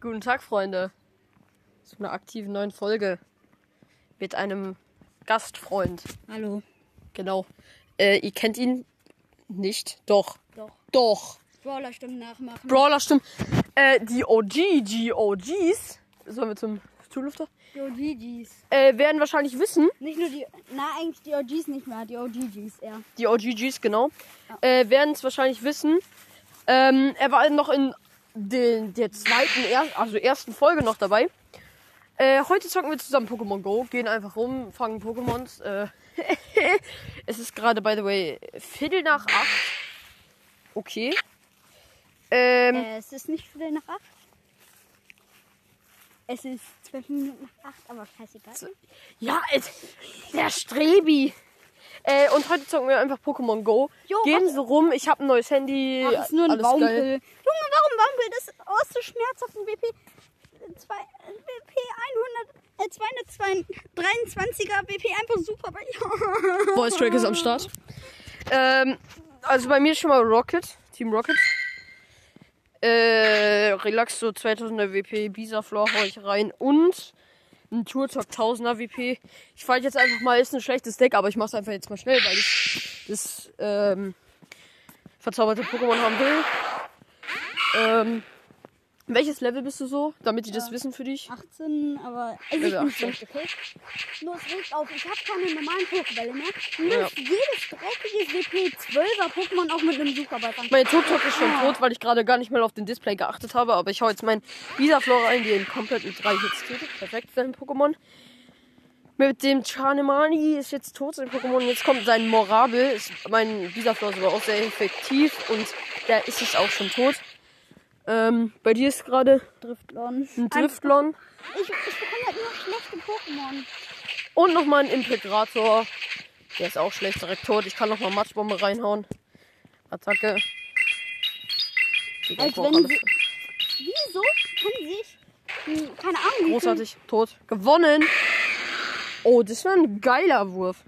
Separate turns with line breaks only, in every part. Guten Tag, Freunde. Zu einer aktiven neuen Folge mit einem Gastfreund.
Hallo.
Genau. Äh, ihr kennt ihn nicht? Doch.
Doch.
Doch.
Brawler-Stimmen nachmachen.
Brawler stimmt. Äh, die OG, GOGs, sollen wir zum Zulüfter,
die OGGs.
äh, werden wahrscheinlich wissen,
Nicht nur die. Na, eigentlich die OGs nicht mehr, die OGGs eher.
die OGGs, genau, äh, werden es wahrscheinlich wissen. Ähm, er war noch in den, der zweiten, er, also ersten Folge noch dabei. Äh, heute zocken wir zusammen Pokémon Go, gehen einfach rum, fangen Pokémons. Äh, es ist gerade, by the way, Viertel nach acht. Okay. Ähm,
Äh, es ist nicht Viertel nach acht. Es ist zwölf Minuten nach acht, aber scheißegal.
ja, es, der Strebi. Äh, und heute zocken wir einfach Pokémon Go.
Jo,
gehen
warte.
so rum, ich habe ein neues Handy.
Ach, es ist nur ein
alles geil.
Baumpil. Junge, warum Baumpil? Das ist aus so schmerzhaft ein BP. Zwei, BP 100, äh, 223er BP einfach super bei
Voice Track ist am Start. Ähm, also bei mir schon mal Rocket, Team Rocket. Äh, Relaxo 2000er WP, Bisaflor hau ich rein und ein Turtok 1000er WP. Ich fand jetzt einfach mal, ist ein schlechtes Deck, aber ich mach's einfach jetzt mal schnell, weil ich das ähm, verzauberte Pokémon haben will. Ähm, welches Level bist du so, damit die das wissen für dich?
18, aber also ich
Also
bin
18.
schlecht, okay? Nur es regt auf, ich habe keine normalen Pokébälle mehr. Nur
Ja.
jedes dreckige WP 12er Pokémon auch mit einem Superball fangen.
Mein Turtok ist schon tot, weil ich gerade gar nicht mehr auf den Display geachtet habe. Aber ich hau jetzt meinen Visaflora ein, den komplett mit drei Hits tötet. Perfekt für ein Pokémon. Mit dem Charnemani ist jetzt tot sein Pokémon. Jetzt kommt sein Morabel. Ist mein Visaflor ist aber auch sehr effektiv und da ist es auch schon tot. Ähm, bei dir ist gerade
Driftlon. Also,
ein Driftlon
Ich, ich bekomme halt nur schlechte Pokémon.
und nochmal ein Impegrator. Der ist auch schlecht direkt tot. Ich kann nochmal Matschbombe reinhauen. Attacke. Digga,
Als
Koch,
wenn
alles
sie, Wieso kann sich. hm, Keine Ahnung. wie viel-
Großartig, tot. Gewonnen. Oh, das war ein geiler Wurf.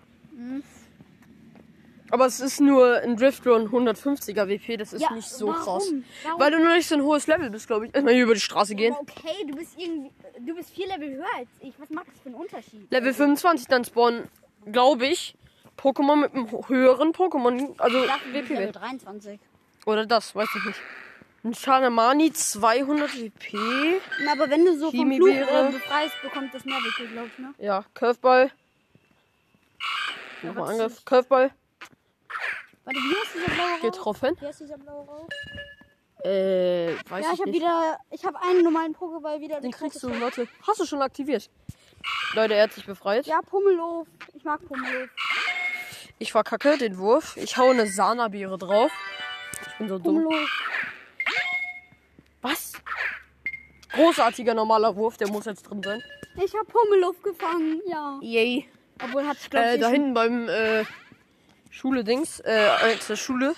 Aber es ist nur ein Driftrun 150er WP, das ist
Ja,
nicht so
warum?
krass.
Warum?
Weil du noch nicht so ein hohes Level bist, glaube ich. Erstmal hier über die Straße gehen.
Aber Okay, du bist irgendwie. Du bist vier Level höher als ich. Was macht das für einen Unterschied?
Level 25 dann spawnen, glaube ich, Pokémon mit einem ho- höheren Pokémon. Also
Ich dachte, du bist
WP.
Level 23.
Oder das, weiß ich nicht. Ein Chanamani 200 WP.
Na, aber wenn du so vom Fluch
Chimibeere.
äh, befreist, bekommt das mehr WP, glaube ich, ne?
Ja, Curveball.
Ja,
Nochmal
was
Angriff.
ist-
Curveball.
Warte, wie heißt dieser blaue Rauch?
Getroffen.
Wie heißt dieser blaue Rauch?
Äh, weiß
Ja,
ich
ich habe
nicht.
wieder, ich habe einen normalen Pokéball wieder.
Den
gekriegt.
kriegst du, Leute. Hast du schon aktiviert? Leute, er hat sich befreit.
Ja, Pummelow. Ich mag Pummelow.
Ich verkacke den Wurf. Ich hau eine Sanabeere drauf. Ich bin so dumm.
Pummelow.
Was? Großartiger normaler Wurf, der muss jetzt drin sein.
Ich habe Pummelow gefangen, ja.
Yay.
Obwohl hat ich glaube
Äh,
ich
da hinten beim äh, Schule-Dings, äh, äh, zur Schule.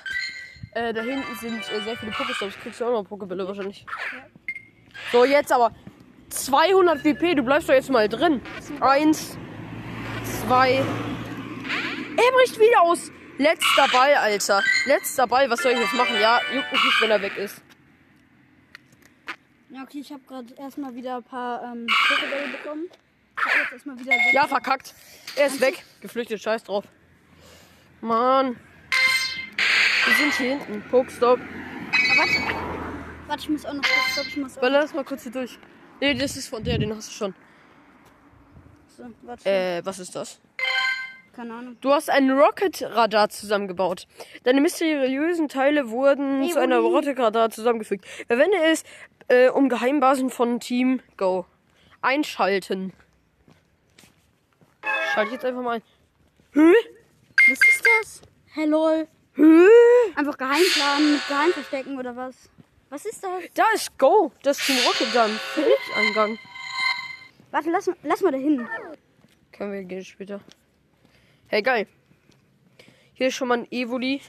Äh, da hinten sind äh, sehr viele Pokestops. Kriegst du auch noch Pokebälle wahrscheinlich. So, jetzt aber 200 WP, du bleibst doch jetzt mal drin. Eins, zwei. Er bricht wieder aus. Letzter Ball, Alter. Letzter Ball, was soll ich jetzt machen? Ja, juckt mich nicht, wenn er weg ist.
Ja, okay, ich habe gerade erstmal wieder ein paar ähm, Pokébälle bekommen. Ich hab jetzt erstmal wieder sechs.
Ja, verkackt. Er ist weg. Geflüchtet, scheiß drauf. Mann. Wir sind hier hinten. Pokestop.
Aber warte, warte, ich muss auch noch kurz, stopp, ich muss auch
Baller das mal kurz hier durch. Nee, das ist von der, den hast du schon.
so, warte,
Äh, was ist das?
keine Ahnung.
Du hast ein Rocket-Radar zusammengebaut. Deine mysteriösen Teile wurden zu einer
Ironie.
Rocket-Radar zusammengefügt. Verwende es, äh, um Geheimbasen von Team Go einschalten. Schalte ich jetzt einfach mal ein. Hä?
Was ist das? Hey lol.
Hä?
Einfach Geheimplan mit Geheimverstecken oder was? Was ist das?
Da ist Go, das Team Rocket dann. Eingang.
Warte, lass, mal- lass mal da hin.
Können wir gehen später. Hey, geil. Hier ist schon mal ein Evoli.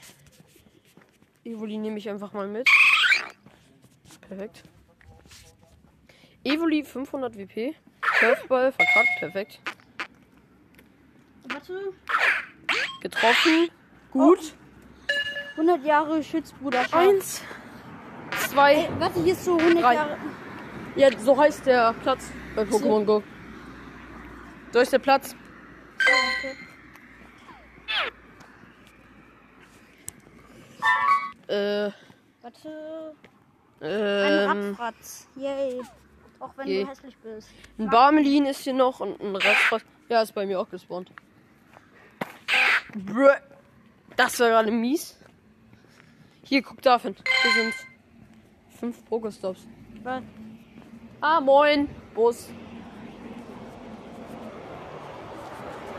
Evoli nehme ich einfach mal mit. Perfekt. Evoli 500 WP. Curveball verkackt. Perfekt.
Warte.
Getroffen. Gut.
100
Oh,
Jahre Schützbruderschaft.
Eins. Zwei.
Ey, Äh, warte, hier ist so 100
Drei.
Jahre.
Äh, Ja, so heißt der Platz bei Pokémon Go. So heißt der Platz. Äh,
Warte. Ein
ähm,
Ratfratz. Yay. Auch wenn
Yay.
du hässlich bist.
ein Barmelin ist hier noch und ein Rastfass. Ja, ist bei mir auch gespawnt. Brö. Das war gerade mies. Hier, guck da hin. Hier sind fünf Pokestops.
Was?
Ah, moin, Bus.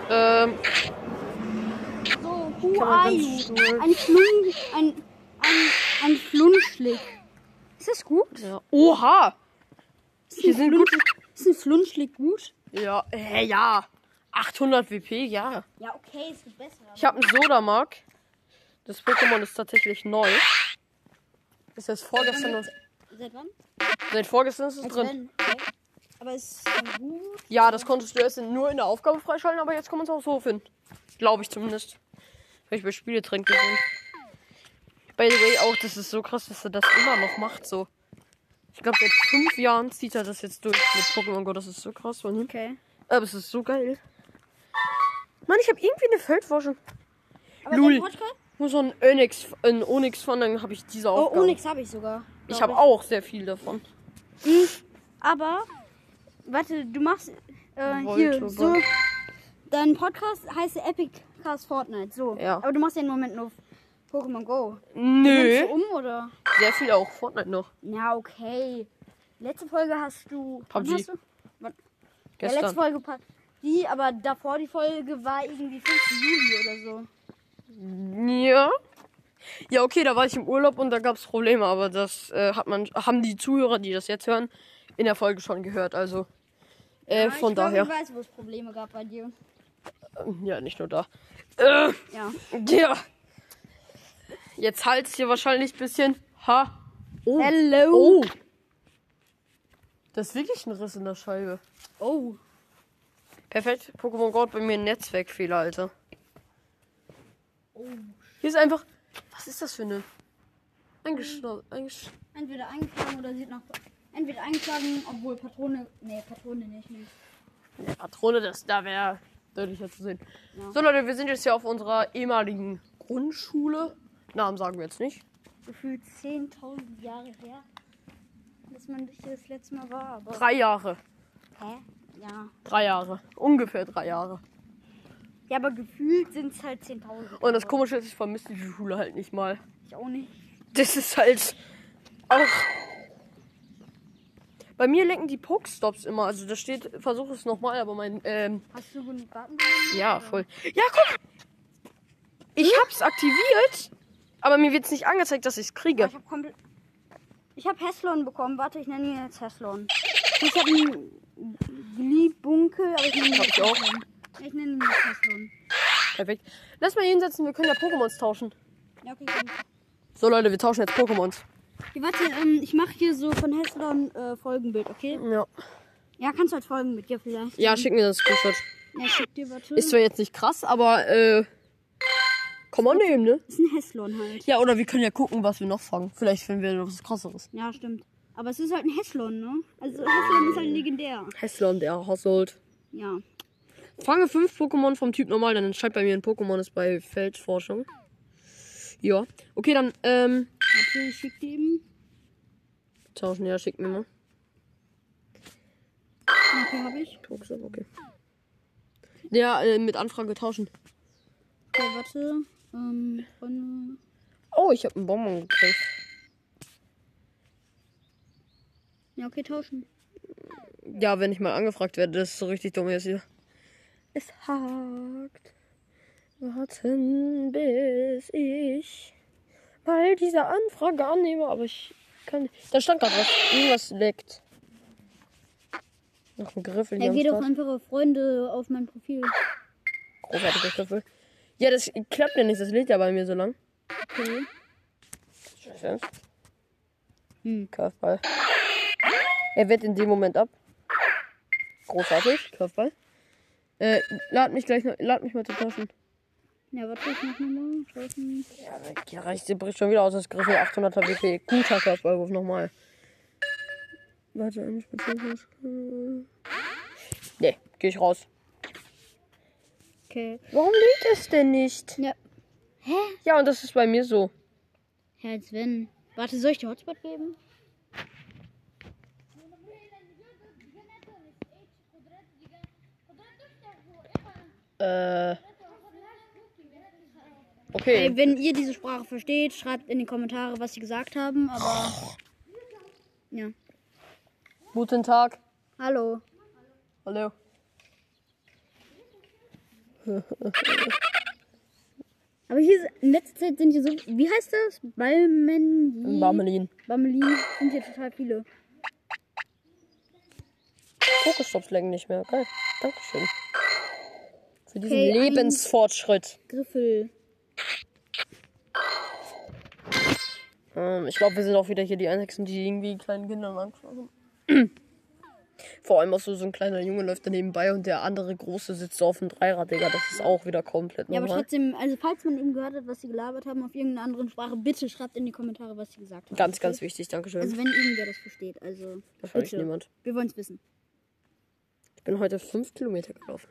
Ähm,
So, who
Kann man
are
ganz
you?
stuhl.
Ein Flun... Ein... Ein... Ein Flunschlick. Ist das gut?
ja. Oha!
Ist
Hier
ein,
sind gut.
ist ein Flunschlick gut?
Ja, hä, ja. 800 WP, ja.
Ja, okay, es gibt bessere.
Ich habe einen Sodamark. Das Pokémon ist tatsächlich neu. Ist das vorgestern? oder-
Seit wann?
Seit vorgestern ist es
Als
drin.
Also wenn, okay. Aber es ist dann gut.
Ja, das konntest du erst in- nur in der Aufgabe freischalten, aber jetzt kann man es auch so finden. Glaube ich zumindest. Habe ich bei Spieletrend gesehen. By the way, auch das ist so krass, dass er das immer noch macht. So. Ich glaube, seit fünf Jahren zieht er das jetzt durch mit Pokémon Go. Das ist so krass von ihm.
Okay.
Aber es ist so geil. Mann, ich habe irgendwie eine Feldforschung.
Aber
Lul.
dein Hotspot?
Nur so ein Onyx, ein Onyx von, dann habe ich diese
Oh,
Aufgabe.
Onyx habe ich sogar.
ich
glaub
habe auch sehr viel davon.
Aber, warte, du machst äh,
Wollte,
hier
aber-
so. Dein Podcast heißt Epic Cast Fortnite, so.
Ja.
Aber du machst ja im Moment nur Pokémon Go. Nimmst
Nö.
du um oder?
Sehr viel auch Fortnite noch.
Ja, okay. Letzte Folge hast du. wann
PUBG.
Hast du? Ja, letzte
Gestern.
Folge PUBG, aber davor die Folge war irgendwie 5. Juli oder so.
Ja. Ja, okay, da war ich im Urlaub und da gab es Probleme, aber das äh, hat man, haben die Zuhörer, die das jetzt hören, in der Folge schon gehört. Also äh,
Ja,
von
ich glaub,
daher.
Ich weiß, wo es Probleme gab bei dir.
Ähm, Ja, nicht nur da. Äh,
Ja.
ja. Jetzt halt's hier wahrscheinlich ein bisschen. Ha. Oh.
Hello.
Oh. Das ist wirklich ein Riss in der Scheibe.
Oh.
Perfekt. Pokémon Gold bei mir ein Netzwerkfehler, Alter.
Oh,
Hier ist einfach. Was ist das für eine? Eingeschlossen. Eingesch
Entweder eingeschlagen oder sieht nach. Entweder eingeschlagen, obwohl Patrone. Nee, Patrone nicht. Nee.
Ja, Patrone, das da wäre deutlicher zu sehen.
Ja.
So Leute, wir sind jetzt hier auf unserer ehemaligen Grundschule. Namen sagen wir jetzt nicht.
Gefühlt 10.000 Jahre her, dass man hier das letzte Mal war. Aber
Drei Jahre.
Hä? Ja.
Drei Jahre. Ungefähr drei Jahre.
Ja, aber gefühlt sind es halt 10.000.
Und das Komische ist, ich vermisse die Schule halt nicht mal.
Ich auch nicht.
Das ist halt auch. Bei mir lenken die Pokestops immer. Also da steht, versuch es nochmal, aber mein. Ähm,
Hast du genug Garten?
ja, voll. Ja, guck!
Hm?
Ich hab's aktiviert, aber mir wird's nicht angezeigt, dass ich's
Ja.
kriege.
Ich habe komplett. Ich habe Heslon bekommen. Warte, ich nenne ihn jetzt Heslon. Ich habe einen Gliebunkel, aber ich nenne ihn
Hab
jetzt
ich auch.
Heslon. Ich nenne ihn jetzt Heslon.
Perfekt. Lass mal hier hinsetzen, wir können ja Pokémons tauschen.
Ja, okay, komm.
So Leute, wir tauschen jetzt Pokémons.
Ja, warte, ähm, ich mache hier so von Heslon äh, Folgenbild, okay?
Ja.
Ja, kannst du halt Folgenbild, ja, vielleicht.
Ja, schick mir das Screenshot.
Ja, schick dir, warte.
Ist zwar jetzt nicht krass, aber äh. Kann man nehmen, ne?
ist ein Heslon halt.
Ja, oder wir können ja gucken, was wir noch fangen. Vielleicht finden wir noch was krasseres.
Ja, stimmt. Aber es ist halt ein Heslon, ne? Also Heslon ist halt legendär.
Hessland, der Household.
Ja.
Fange fünf Pokémon vom Typ normal, dann entscheidet bei mir ein Pokémon ist bei Feldforschung. Ja. Okay, dann, ähm.
Natürlich schickt ihr eben.
Tauschen, ja, schick mir mal.
Okay, habe ich.
Pokestopp, okay. Ja, äh, mit Anfrage tauschen.
Okay, warte. Ähm, Freunde.
Oh, ich habe einen Bonbon gekriegt.
Ja, okay, tauschen.
Ja, wenn ich mal angefragt werde, das ist so richtig dumm jetzt hier. Es hakt. Warten, bis ich mal diese Anfrage annehme, aber ich kann nicht. Da stand gerade was. Irgendwas leckt. Noch ein Griffel hier.
Ja,
am
geh doch
Start.
einfach auf Freunde auf mein Profil.
Großartiger Griffel. Ja, das klappt ja nicht. Das lädt ja bei mir so lang.
Okay.
Scheiße.
Hm.
Curveball. Er wird in dem Moment ab. Großartig. Curveball. Äh, lad mich gleich noch, lad mich mal zu tauschen.
Ja, warte, ich mach nochmal. Tauschen.
Ja, hier reicht, sie bricht schon wieder aus, das Griffel 800er WP. Guter Körperwurf nochmal. Warte, ein Spaziergang. Nee, geh ich raus.
Okay.
Warum liegt es denn nicht?
Ja. Hä?
Ja, und das ist bei mir so.
Ja, als wenn. Warte, soll ich dir Hotspot geben?
Äh.
Ey,
Okay.
wenn ihr diese Sprache versteht, schreibt in die Kommentare, was sie gesagt haben, aber. Ja.
Guten Tag.
Hallo.
Hallo.
Aber hier ist- in letzter Zeit sind hier so. Wie heißt das? Balmen.
Marmelin.
Bamelin sind hier total viele.
Pokestops lenken nicht mehr. Geil. Dankeschön. Für diesen
Okay, ähm, ein-
Lebensfortschritt.
Griffel.
Ähm, ich glaube, wir sind auch wieder hier die Einzigen, die irgendwie kleinen Kindern Angst machen. Vor allem auch so, so ein kleiner Junge läuft da nebenbei und der andere Große sitzt so auf dem Dreirad, Digga. Das ist auch wieder komplett
Ja, aber
normal.
trotzdem, also falls man eben gehört hat, was sie gelabert haben auf irgendeiner anderen Sprache, bitte schreibt in die Kommentare, was sie gesagt haben.
ganz, ganz wichtig. Dankeschön.
Also wenn irgendwer das versteht, also.
Wahrscheinlich
bitte.
niemand.
Wir wollen es wissen.
Ich bin heute fünf Kilometer gelaufen.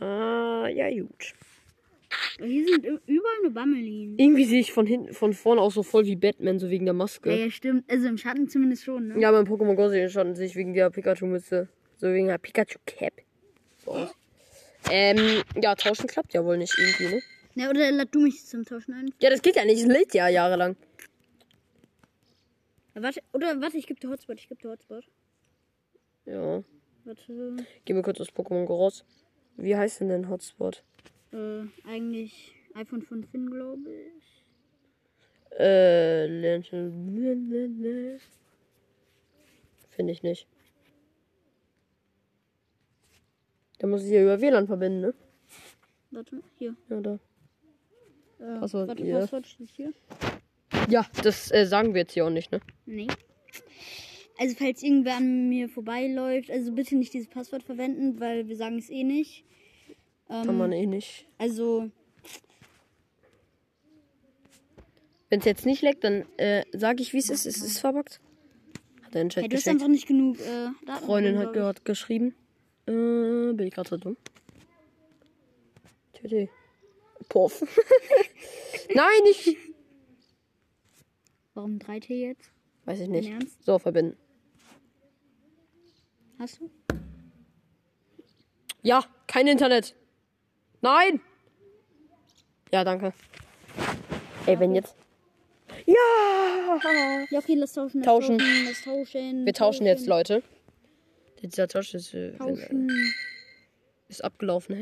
Ah, ja, gut.
Hier sind ü- überall nur Bammelin.
Irgendwie sehe ich von hinten, von vorne auch so voll wie Batman, so wegen der
Ja,
Maske.
ja, stimmt. Also im Schatten zumindest schon, ne?
Ja, mein Pokémon Go sehe ich schon sehe ich wegen der Pikachu-Mütze. So wegen der Pikachu-Cap. So aus. Ähm, ja, tauschen klappt ja wohl nicht irgendwie, ne?
Ja, oder lad du mich zum Tauschen ein.
Ja, das geht ja nicht. Das lädt ja jahrelang.
Ja, warte, oder warte, ich gebe dir Hotspot, ich gebe dir Hotspot.
Ja.
Warte,
Geh mir kurz das Pokémon Go raus. Wie heißt denn dein Hotspot?
äh, eigentlich iPhone von Finn, glaube ich.
Äh, Lantern. Finde ich nicht. Da muss ich ja über WLAN verbinden, ne?
Warte, hier.
Ja, da.
Äh,
Passwort,
warte,
ja.
Passwort steht hier.
Ja, das äh, sagen wir jetzt hier auch nicht, ne?
Nee. Also falls irgendwer an mir vorbeiläuft, also bitte nicht dieses Passwort verwenden, weil wir sagen es eh nicht.
Kann
Ähm,
man eh nicht.
also,
Wenn es jetzt nicht leckt, dann äh, sage ich, wie es ist. Es ist verbuggt. Hat er in den Chat
hey, du hast
geschickt.
einfach nicht genug äh, Daten.
Freundin hat
glaub ich.
gerade geschrieben. Äh, bin ich gerade so dumm? Tüte. Puff. Nein, ich.
Warum 3T jetzt?
Weiß ich nicht.
Im Ernst?
So, verbinden.
Hast du?
Ja, kein Internet. Nein! Ja, danke. Ey, wenn jetzt. Ja!
Ja, okay, lass tauschen. Lass
Tauschen.
Lass tauschen.
Wir tauschen jetzt, Leute. Dieser Tausch ist, äh,
Tauschen.
ist abgelaufen, hä?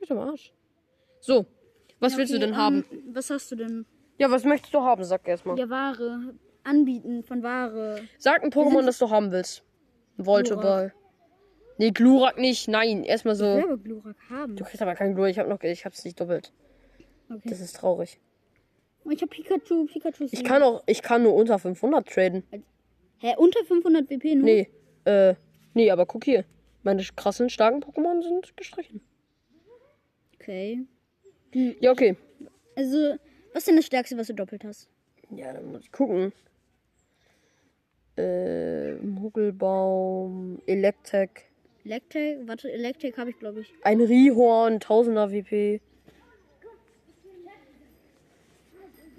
Ist am Arsch. So, was
Ja,
willst du
okay,
denn haben?
ähm, was hast du denn?
Ja, was möchtest du haben? Sag erstmal.
Ja, Ware. Anbieten von Ware.
Sag ein Pokémon, das du haben willst. Volteball. Nee, Glurak nicht. Nein, erstmal
Ich will
so.
aber Glurak haben.
Äh, Du kriegst aber kein Glurak. Ich hab noch, ich hab's nicht doppelt.
Okay.
Das ist traurig.
Oh, ich hab Pikachu. Pikachu ist
Ich kann auch, ich kann nur unter 500 traden.
Hä, unter 500 WP nur?
Nee, äh, nee, aber guck hier. Meine krassen, starken Pokémon sind gestrichen.
Okay.
Ja, okay.
Also, was ist denn das Stärkste, was du doppelt hast?
Ja, dann muss ich gucken. Äh, Muggelbaum, Electek,
Electric? Warte, Electric habe ich, glaube ich.
ein Rihorn, 1000er WP.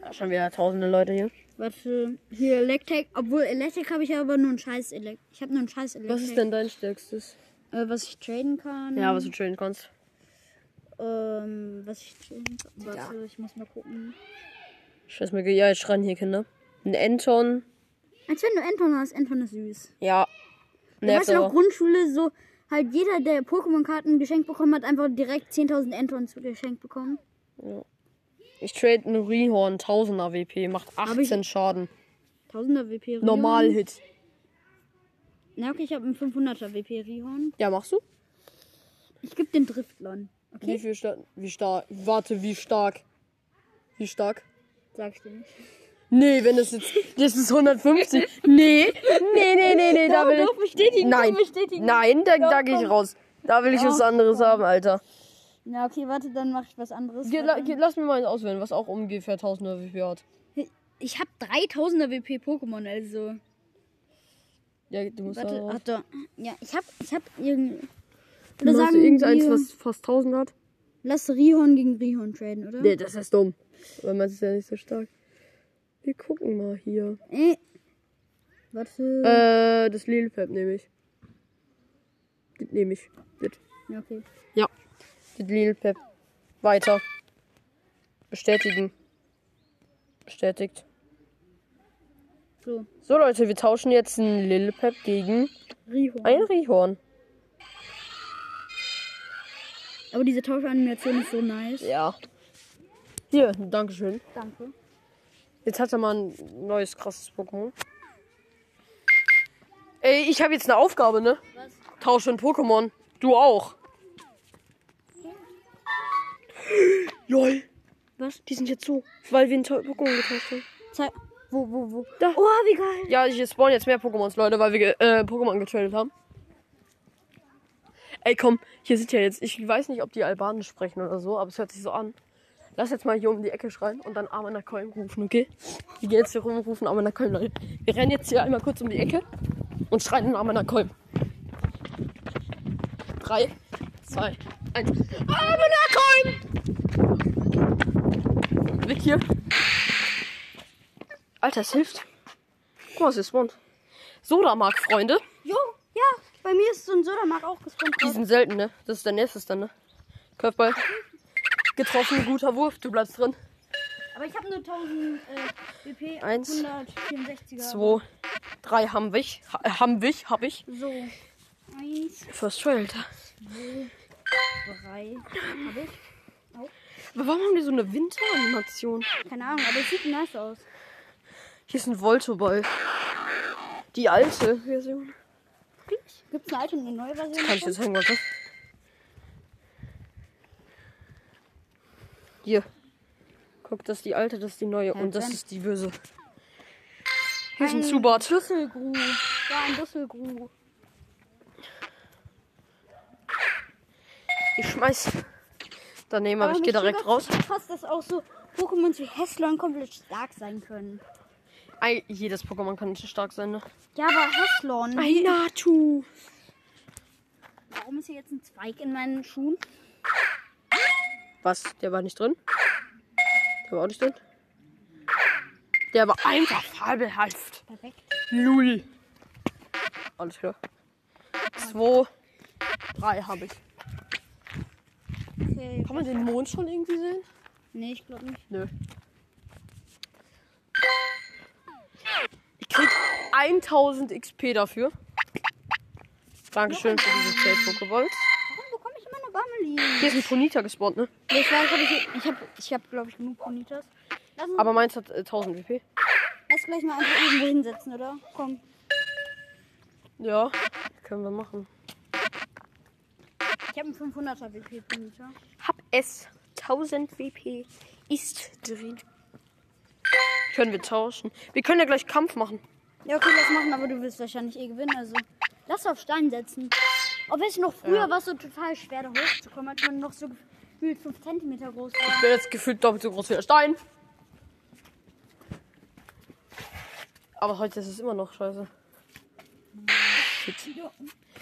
Ah, schon wieder tausende Leute hier.
Warte, hier Electric. Obwohl, Electric habe ich aber nur ein scheiß Electric. Ich habe nur ein scheiß Electric.
Was ist denn dein stärkstes?
Äh, was ich traden kann.
Ja, was du traden kannst.
Ähm, was ich traden kann. Warte, ich muss mal gucken.
Scheiß mir, ja, jetzt schreien hier Kinder. Ein Enton,
Als wenn du Anton hast. Anton ist süß.
ja.
Du weißt
Nervt
du noch,
aber.
Grundschule, so halt jeder, der Pokémon-Karten geschenkt bekommen hat, einfach direkt 10.000 Antons geschenkt bekommen.
Ich trade ein Rihorn, 1000er WP, macht 18 Schaden.
Tausender WP Rihorn.
Normal-Hit.
Na okay, ich habe einen 500er WP Rihorn.
Ja, machst du?
Ich gebe den Driftlon.
Wie viel stark? Wie stark? Warte, wie stark? Wie stark?
Sag ich dir nicht.
Nee, wenn das jetzt. Das ist 150. Nee, nee, nee, nee, nee, da
Doch,
will
doch,
ich.
bestätigen,
Nein,
doch, bestätigen.
nein, da, da
Doch,
gehe ich
komm.
raus. Da will ich was
Doch,
anderes haben, Alter.
Na okay, warte, dann mache ich was anderes.
Geh, la, geh, lass mir mal eins auswählen, was auch ungefähr 1000 Euro für hat.
Ich habe 3000er WP Pokémon, also.
Ja, du musst
Warte,
da-
hat er. Ja, ich hab, ich hab irgend.
Du
Oder
hast
sagen
irgendeins,
wir,
was fast 1000 hat?
lass Rihorn gegen Rihorn traden, oder?
Nee, das ist dumm. Weil man ist ja nicht so stark. Wir gucken mal hier.
Äh. Warte.
Äh, das Lilipep nehme ich. Das nehme ich. Das,
Ja, okay.
ja. Das Lilipep. Weiter. Bestätigen. Bestätigt.
So,
So, Leute, wir tauschen jetzt ein Lilipep gegen
Rihorn.
ein Rihorn.
Aber diese Tauschanimation ist so nice.
Ja. Hier, Dankeschön.
Danke.
Jetzt hat er mal ein neues krasses Pokémon. Ey, ich habe jetzt eine Aufgabe, ne?
Was?
Tausche ein Pokémon. Du auch. Lol.
Was?
Die sind jetzt so, weil wir ein tolles Pokémon getauscht haben.
Zeig. Wo, wo, wo?
Da.
Oh, wie geil.
Ja, ich spawnen jetzt mehr Pokémons, Leute, weil wir ge- äh, Pokémon getradet haben. Ey, komm, hier sind ja jetzt, ich weiß nicht, ob die Albanen sprechen oder so, aber es hört sich so an. Lass jetzt mal hier um die Ecke schreien und dann Amanakolm rufen, okay? Wir gehen jetzt hier rum und rufen Amanakolm, Leute. Wir rennen jetzt hier einmal kurz um die Ecke und schreien in Amanakolm. Drei, zwei, eins. Ah, Amanakolm! Weg hier. Alter, es hilft. Guck mal, was hier spawnt. Sodamark, Freunde.
Jo, ja, bei mir ist so ein Sodamark auch gespawnt.
Die sind selten, ne? Das ist der nächste dann, ne? Körperball. Getroffen, guter Wurf, du bleibst drin.
Aber ich habe nur 1000 äh, WP.
Eins,
164er.
Zwei, drei haben wir. Ha- äh, Haben wir, hab ich.
So. Eins,
First try, Alter.
drei. Hab ich?
Aber warum haben die so eine Winteranimation?
Keine Ahnung, aber es sieht nice aus.
Hier ist ein Voltoball. Die alte Version.
Gibt's eine alte und eine neue Version?
Kann ich jetzt hängen, warte. Hier. Guck, das ist die alte, das ist die neue. Und das ist die böse. Hier ist ein Zubat.
Düsselgru. Ja, ein Düsselgru.
Ich schmeiß daneben, aber ich gehe
mich
direkt raus.
wundert's Fast, dass auch so Pokémon wie Heslon komplett stark sein können.
Ei, jedes Pokémon kann stark sein, ne?
Ja, aber Heslon.
Ainatu.
Warum ist hier jetzt ein Zweig in meinen Schuhen?
Was? Der war nicht drin? Der war auch nicht drin? Der war einfach fabelhaft.
Perfekt.
Lul. Alles klar. Zwei, drei habe ich.
Okay.
Kann man den Mond schon irgendwie sehen?
Nee, ich glaube nicht.
Nö. Ich krieg 1000 XP dafür. Dankeschön für diese 12 Pokeballs.
Warum bekomme ich immer eine Bammelie?
Hier ist ein Ponita gespawnt, ne?
Nee, ich weiß, hab ich, ich habe, ich hab, glaube ich, genug Ponitas. Lass, uns,
Aber meins hat äh, 1000 WP.
lass gleich mal einfach irgendwo hinsetzen, oder? Komm.
Ja, können wir machen.
Ich habe einen 500er WP Ponita.
Hab es. 1000 WP ist drin. Können wir tauschen. Wir können ja gleich Kampf machen.
Ja, okay, lass machen, aber du wirst wahrscheinlich eh gewinnen, also. Lass auf Stein setzen. Ob es noch früher war es so total schwer, da hochzukommen, als man noch so gefühlt 5 cm groß war.
Ich bin jetzt gefühlt doppelt so groß wie der Stein. Aber heute ist es immer noch scheiße. Shit.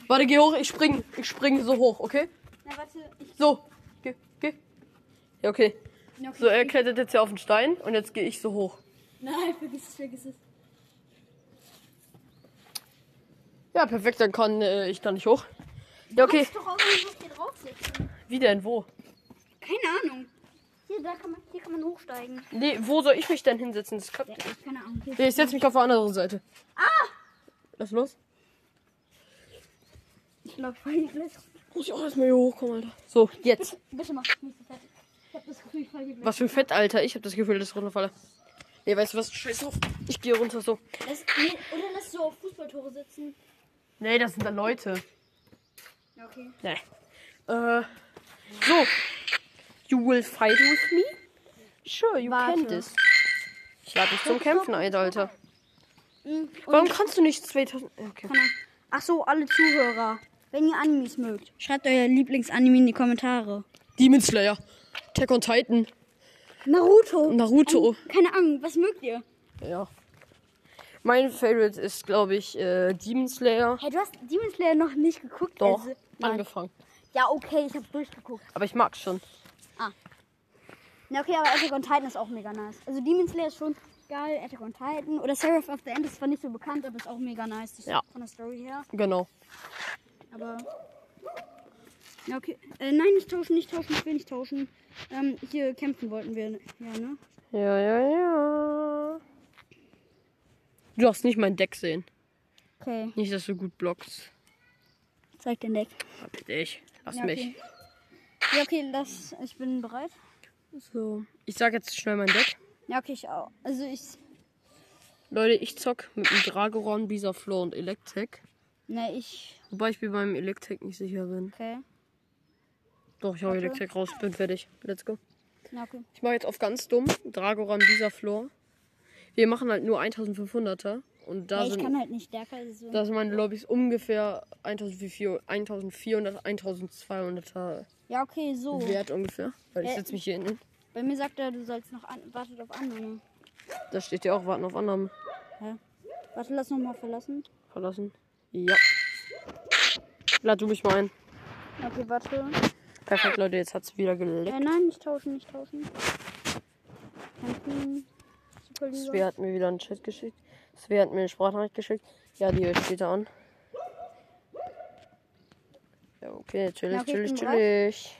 Warte, geh hoch, ich spring. Ich springe so hoch, okay?
Na, warte, ich.
So. Geh, geh. Ja, okay.
na, Okay.
So, er klettert jetzt hier auf den Stein und jetzt gehe ich so hoch.
Nein, vergiss es, vergiss es.
Ja, perfekt, dann kann äh, ich da nicht hoch. Ja, okay.
Kannst doch auch irgendwas hier draufsetzen.
Wie denn? Wo?
Keine Ahnung. Hier, da kann man, hier kann man hochsteigen.
Nee, wo soll ich mich denn hinsetzen? Das klappt.
Ja, keine Ahnung. Hier.
Nee, ich setze mich auf der anderen Seite. Ah! Lass los.
Ich glaube, ich falle gleich.
Muss ich auch erstmal hier hochkommen, Alter. So, jetzt.
Bitte mach mich nicht so fertig. Ich habe das Gefühl, ich falle hier gleich.
Was für ein Fett, Alter. Ich habe das Gefühl, dass ich runterfalle. Nee, weißt du was? Scheiß auf. Ich gehe runter so.
Lass, nee, oder lass so auf Fußballtore sitzen.
Nee, das sind da Leute.
Ja, okay.
Nee. Äh. So. You will fight with me? Sure, you
Warte.
can this. Ich lade dich zum Kämpfen ein, Alter.
Mhm.
Warum kannst du nicht 2000. Okay.
Keine Ahnung. Ach so, alle Zuhörer, wenn ihr Animes mögt, schreibt euer Lieblingsanime in die Kommentare.
Demon Slayer. Attack on Titan.
Naruto.
Naruto.
Keine Ahnung, was mögt ihr?
Ja. Mein Favorite ist, glaube ich, äh, Demon Slayer.
Hey, du hast Demon Slayer noch nicht geguckt?
Doch,
Else. Nein.
angefangen.
Ja, okay, ich hab's durchgeguckt.
Aber ich mag's schon.
Na okay, aber Attack on Titan ist auch mega nice. Also Demon Slayer ist schon geil, Attack on Titan. Oder Seraph of the End ist zwar nicht so bekannt, aber ist auch mega nice. die-
Ja.
Von der Story her.
Genau.
Aber. Ja, okay. Äh, nein, nicht tauschen, nicht tauschen, ich will nicht tauschen. Ähm, hier kämpfen wollten wir. ne? Ja, ne?
Ja, ja, ja. Du darfst nicht mein Deck sehen.
Okay.
Nicht, dass du gut blockst.
Zeig den Deck.
Hab dich. Lass
Ja, okay.
mich.
Ja, okay, lass. Ich bin bereit.
So. Ich sag jetzt schnell mein Deck.
Ja, okay, ich auch. Also ich.
Leute, ich zock mit dem Dragoron, Bisaflor und Electek.
Ne, ich.
Wobei ich mir beim Electek nicht sicher bin.
Okay.
Doch, ich hau
Warte.
Electek raus, bin fertig. Let's go.
Ja, okay.
Ich mache jetzt auf ganz dumm Dragoran, Bisaflor. Wir machen halt nur 1500er. Und da
ja, ich
sind
kann halt nicht stärker. Also.
Da sind meine Lobbys ungefähr 1400, 1400 1200er
Ja, okay, so.
wert ungefähr. Weil ich
Äh.
setze mich hier hin.
Bei mir sagt er, du sollst noch an. Wartet auf Annahme.
Da steht ja auch, warten auf Annahmen
Hä? Warte, lass nochmal verlassen.
verlassen. Ja. Lad du mich mal ein.
Ja, Okay, warte.
Perfekt, Leute, jetzt hat's wieder geleckt.
Äh, nein, nicht tauschen, nicht tauschen. Kämpfen. Super Liga.
Svea hat mir wieder einen Chat geschickt. Svea hat mir eine Sprachnachricht geschickt. Ja, die steht da an. Ja, okay, chillig,
Ja, okay, ich
chillig,
bin bereit.
chillig.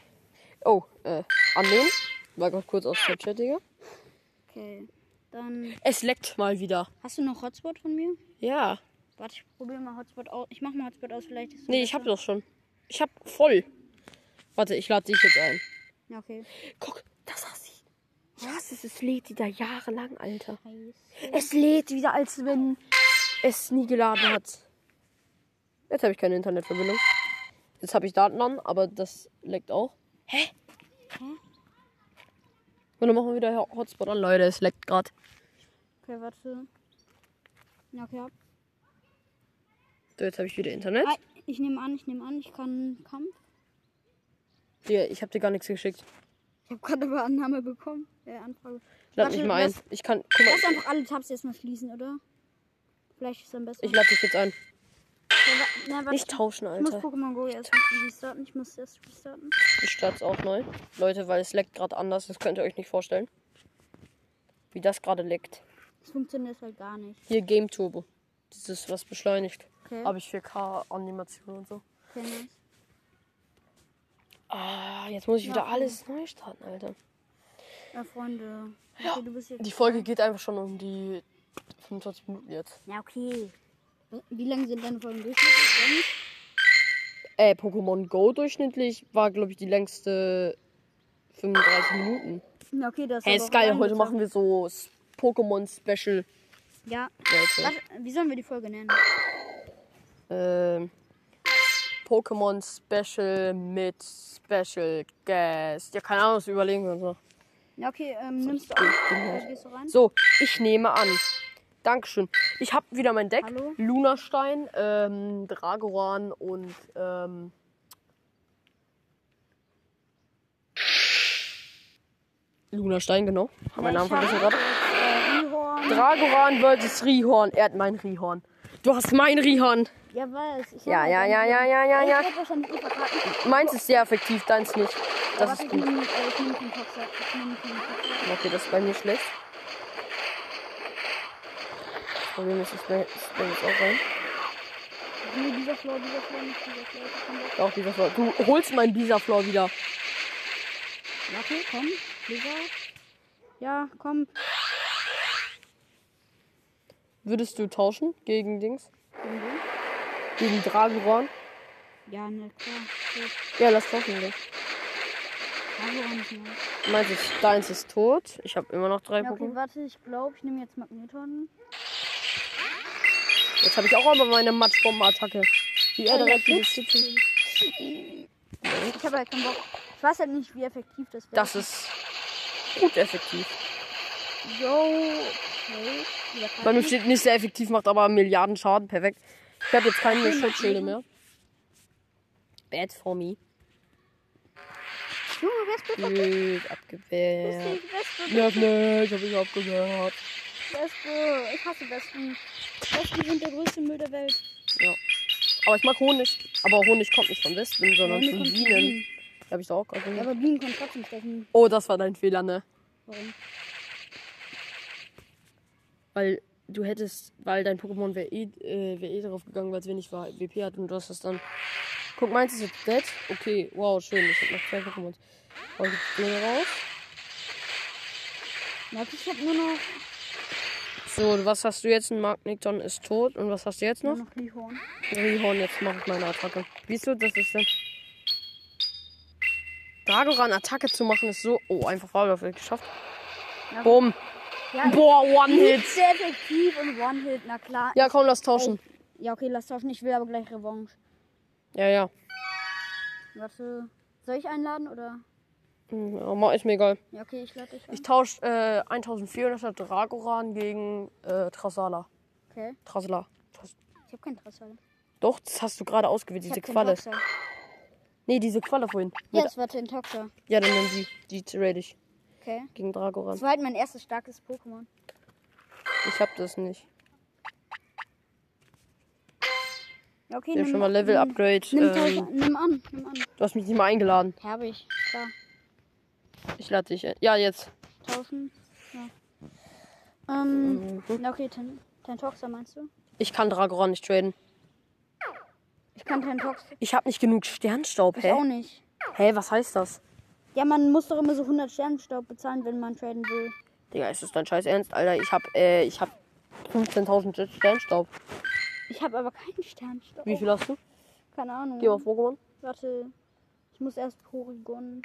Oh, äh, annehmen. War gerade kurz aus der Chat, Digga.
Okay. Dann.
Es leckt mal wieder.
Hast du noch Hotspot von mir?
Ja.
Warte, ich probiere mal Hotspot aus. Ich mach mal Hotspot aus, vielleicht ist es
Nee, ich hab
besser.
doch schon. Ich hab voll. Warte, ich lade dich jetzt ein.
Ja, okay.
Guck, das hast sie. Ich hasse es, es lädt wieder jahrelang, Alter.
Heiß.
Es lädt wieder, als wenn es nie geladen hat. Jetzt habe ich keine Internetverbindung. Jetzt habe ich Daten an, aber das leckt auch. Hä? Und dann machen wir wieder Hotspot an, Leute. Es leckt gerade.
Okay, warte. Ja, okay, hab.
So, jetzt habe ich wieder Internet.
Ah, ich nehme an, ich nehme an, ich kann Kampf.
Digga, ich habe dir gar nichts geschickt.
Ich habe gerade aber Annahme bekommen. Äh, Anfrage.
Lad mich
Warte,
mal ein.
lass-
Ich kann. Guck mal,
Lass einfach alle Tabs erstmal schließen, oder? Vielleicht ist es am besten.
ich lade dich jetzt ein.
Ja, wa- na, warte,
Nicht tauschen,
ich muss
Alter.
Pokémon Go erst restarten. Ich muss erst restarten.
Ich starte auch neu. Leute, weil es leckt gerade anders. Das könnt ihr euch nicht vorstellen. Wie das gerade leckt.
Das funktioniert halt gar nicht.
Hier Game Turbo. Dieses, was beschleunigt.
Okay.
Habe ich 4K-Animationen und so.
Okay, nice.
Ah, jetzt muss ich wieder alles neu starten, Alter.
Ja, Freunde. Okay, du bist jetzt.
Die Folge geht einfach schon um die 25 Minuten jetzt.
Ja, okay. Wie lange sind deine Folgen durchschnittlich?
Äh, Pokémon Go durchschnittlich war, glaube ich, die längste 35 Minuten.
denn? Ja, okay, das
Hey,
aber
ist
auch
geil.
lang
Heute
gezogen.
machen wir so S- Pokémon Special,
Ja.
Leute.
Warte, wie sollen wir die Folge nennen?
Ähm, Pokémon Special mit Special Guest. Ja, keine Ahnung, was wir überlegen wir uns noch.
Ja, okay, ähm, nimmst du
ich
an.
bin halt-
Äh, Gehst du rein?
So, ich nehme an. Dankeschön. Ich habe wieder mein Deck.
Hallo?
Lunastein, ähm, Dragoran und ähm, Lunastein, genau. Hab meinen Namen
ich hab-
vergessen gerade.
Äh, Ihorn.
Dragoran versus Rihorn. Er hat mein Rihorn. Du hast mein Rihorn.
Ja, weiß. Ich
Ja,
hab
ja,
halt
ja,
einen-
ja, ja, ja, ja.
Ich werd wahrscheinlich eh verkacken.
Meins ist sehr effektiv, deins nicht. Das
Warte,
ist
ich
gut.
nehme äh, ich nehm den Toxer. Ich nehme den Toxer.
Okay, das ist bei mir schlecht. Das Problem ist, ich bin jetzt auch rein.
Nee, dieser Floor, dieser Floor, nicht dieser Floor. Ich komm weg.
Auch dieser Floor. Du holst meinen Bisaflor wieder.
Ja, okay, komm. Lisa. Ja, komm.
Würdest du tauschen gegen Dings?
Gegen wen?
Gegen Dragoran?
Ja, ne, klar.
Ja, lass tauschen. Gell?
Warum nicht mehr?
Meins ist, deins ist tot. Ich habe immer noch drei
Ja, okay,
Pokémon.
warte, ich glaube, ich nehme jetzt Magneton.
Jetzt habe ich auch aber meine Matschbombenattacke. Die Erde
Ja,
rapide
jetzt.
City.
Ich habe halt keinen Bock. Ich weiß halt nicht, wie effektiv das wäre.
Das ist gut effektiv.
Yo, okay. Dieser
Bei mir
Karten-
steht nicht sehr effektiv, macht aber Milliarden Schaden. Perfekt. Ich habe jetzt keine Schutzschilde mehr. Bad for me.
Junge, wer ist bitte?
Gut, abgewehrt.
Ich
Nerv nicht, hab ich abgewehrt.
Wespe. Ich hasse Wespen. Wespen sind der größte Müll der Welt.
Ja. Aber ich mag Honig. Aber Honig kommt nicht von Wespen, sondern
Meine
von
kommt von
Bienen. Da hab ich doch auch gerade
Ja,
gehört.
aber Bienen können trotzdem stechen.
Oh, das war dein Fehler, ne?
Warum?
Weil du hättest, weil dein Pokémon wäre eh, äh, wär eh drauf gegangen, weil es wenig war, WP hat und du hast das dann. Guck, meins ist jetzt dead. Okay, wow, schön. Ich hab noch zwei Oh, Pokémon. Hau die Dinge raus.
Merk, ich hab nur noch,
So, was hast du jetzt? Ein Magneton ist tot. Und was hast du jetzt
nur
noch?
noch Lihorn.
Rihorn, jetzt mache ich meine Attacke. Siehst du, das ist dann. Dragoran Attacke zu machen ist so. Oh, einfach Faulwürfel geschafft.
Ja.
Boom.
Ja,
Boah, One-Hit.
Hit. Sehr effektiv und One-Hit, na klar.
Ja, komm, lass tauschen.
Ja, okay, lass tauschen. Ich will aber gleich Revanche.
Ja, ja.
Warte, soll ich einladen oder?
Hm, ja, ma- Ist mir egal.
Ja, okay, ich lade dich ein.
Ich tausche äh, 1400er Dragoran gegen äh, Trasala.
Okay.
Trasala. Tras
Ich hab keinen Trassal.
Doch, das hast du gerade ausgewählt,
Ich
diese
hab den
Qualle.
Toxer.
Nee, diese Qualle vorhin.
Ja,
Mit-
es war den Toxer.
ja dann nimm die. Die trade ich
Okay.
gegen Dragoran.
Das war halt mein erstes starkes Pokémon.
Ich hab das nicht.
Ja, okay,
Ich hab schon mal Level Upgrade.
Nimm, tausch-
Ähm,
nimm an, nimm an.
du hast mich nicht mal eingeladen.
Ja, Hab ich. Klar.
Ich lade dich. ein. Ja, jetzt.
Tauschen. Ja. Ähm, na okay, Ten, Tentoxer meinst du?
Ich kann Dragoran nicht traden.
Ich kann Tentoxer.
Ich habe nicht genug Sternstaub,
Ich
hä?
auch nicht.
Hä, was heißt das?
Ja, man muss doch immer so 100 Sternenstaub bezahlen, wenn man traden will.
Digga, ist das dein scheiß Ernst, Alter? Ich hab, äh, ich hab 15.000 Sternstaub.
Ich habe aber keinen Sternenstaub.
Wie viel hast du?
Keine Ahnung.
Geh mal auf Pokémon.
Warte. Ich muss erst Porygon.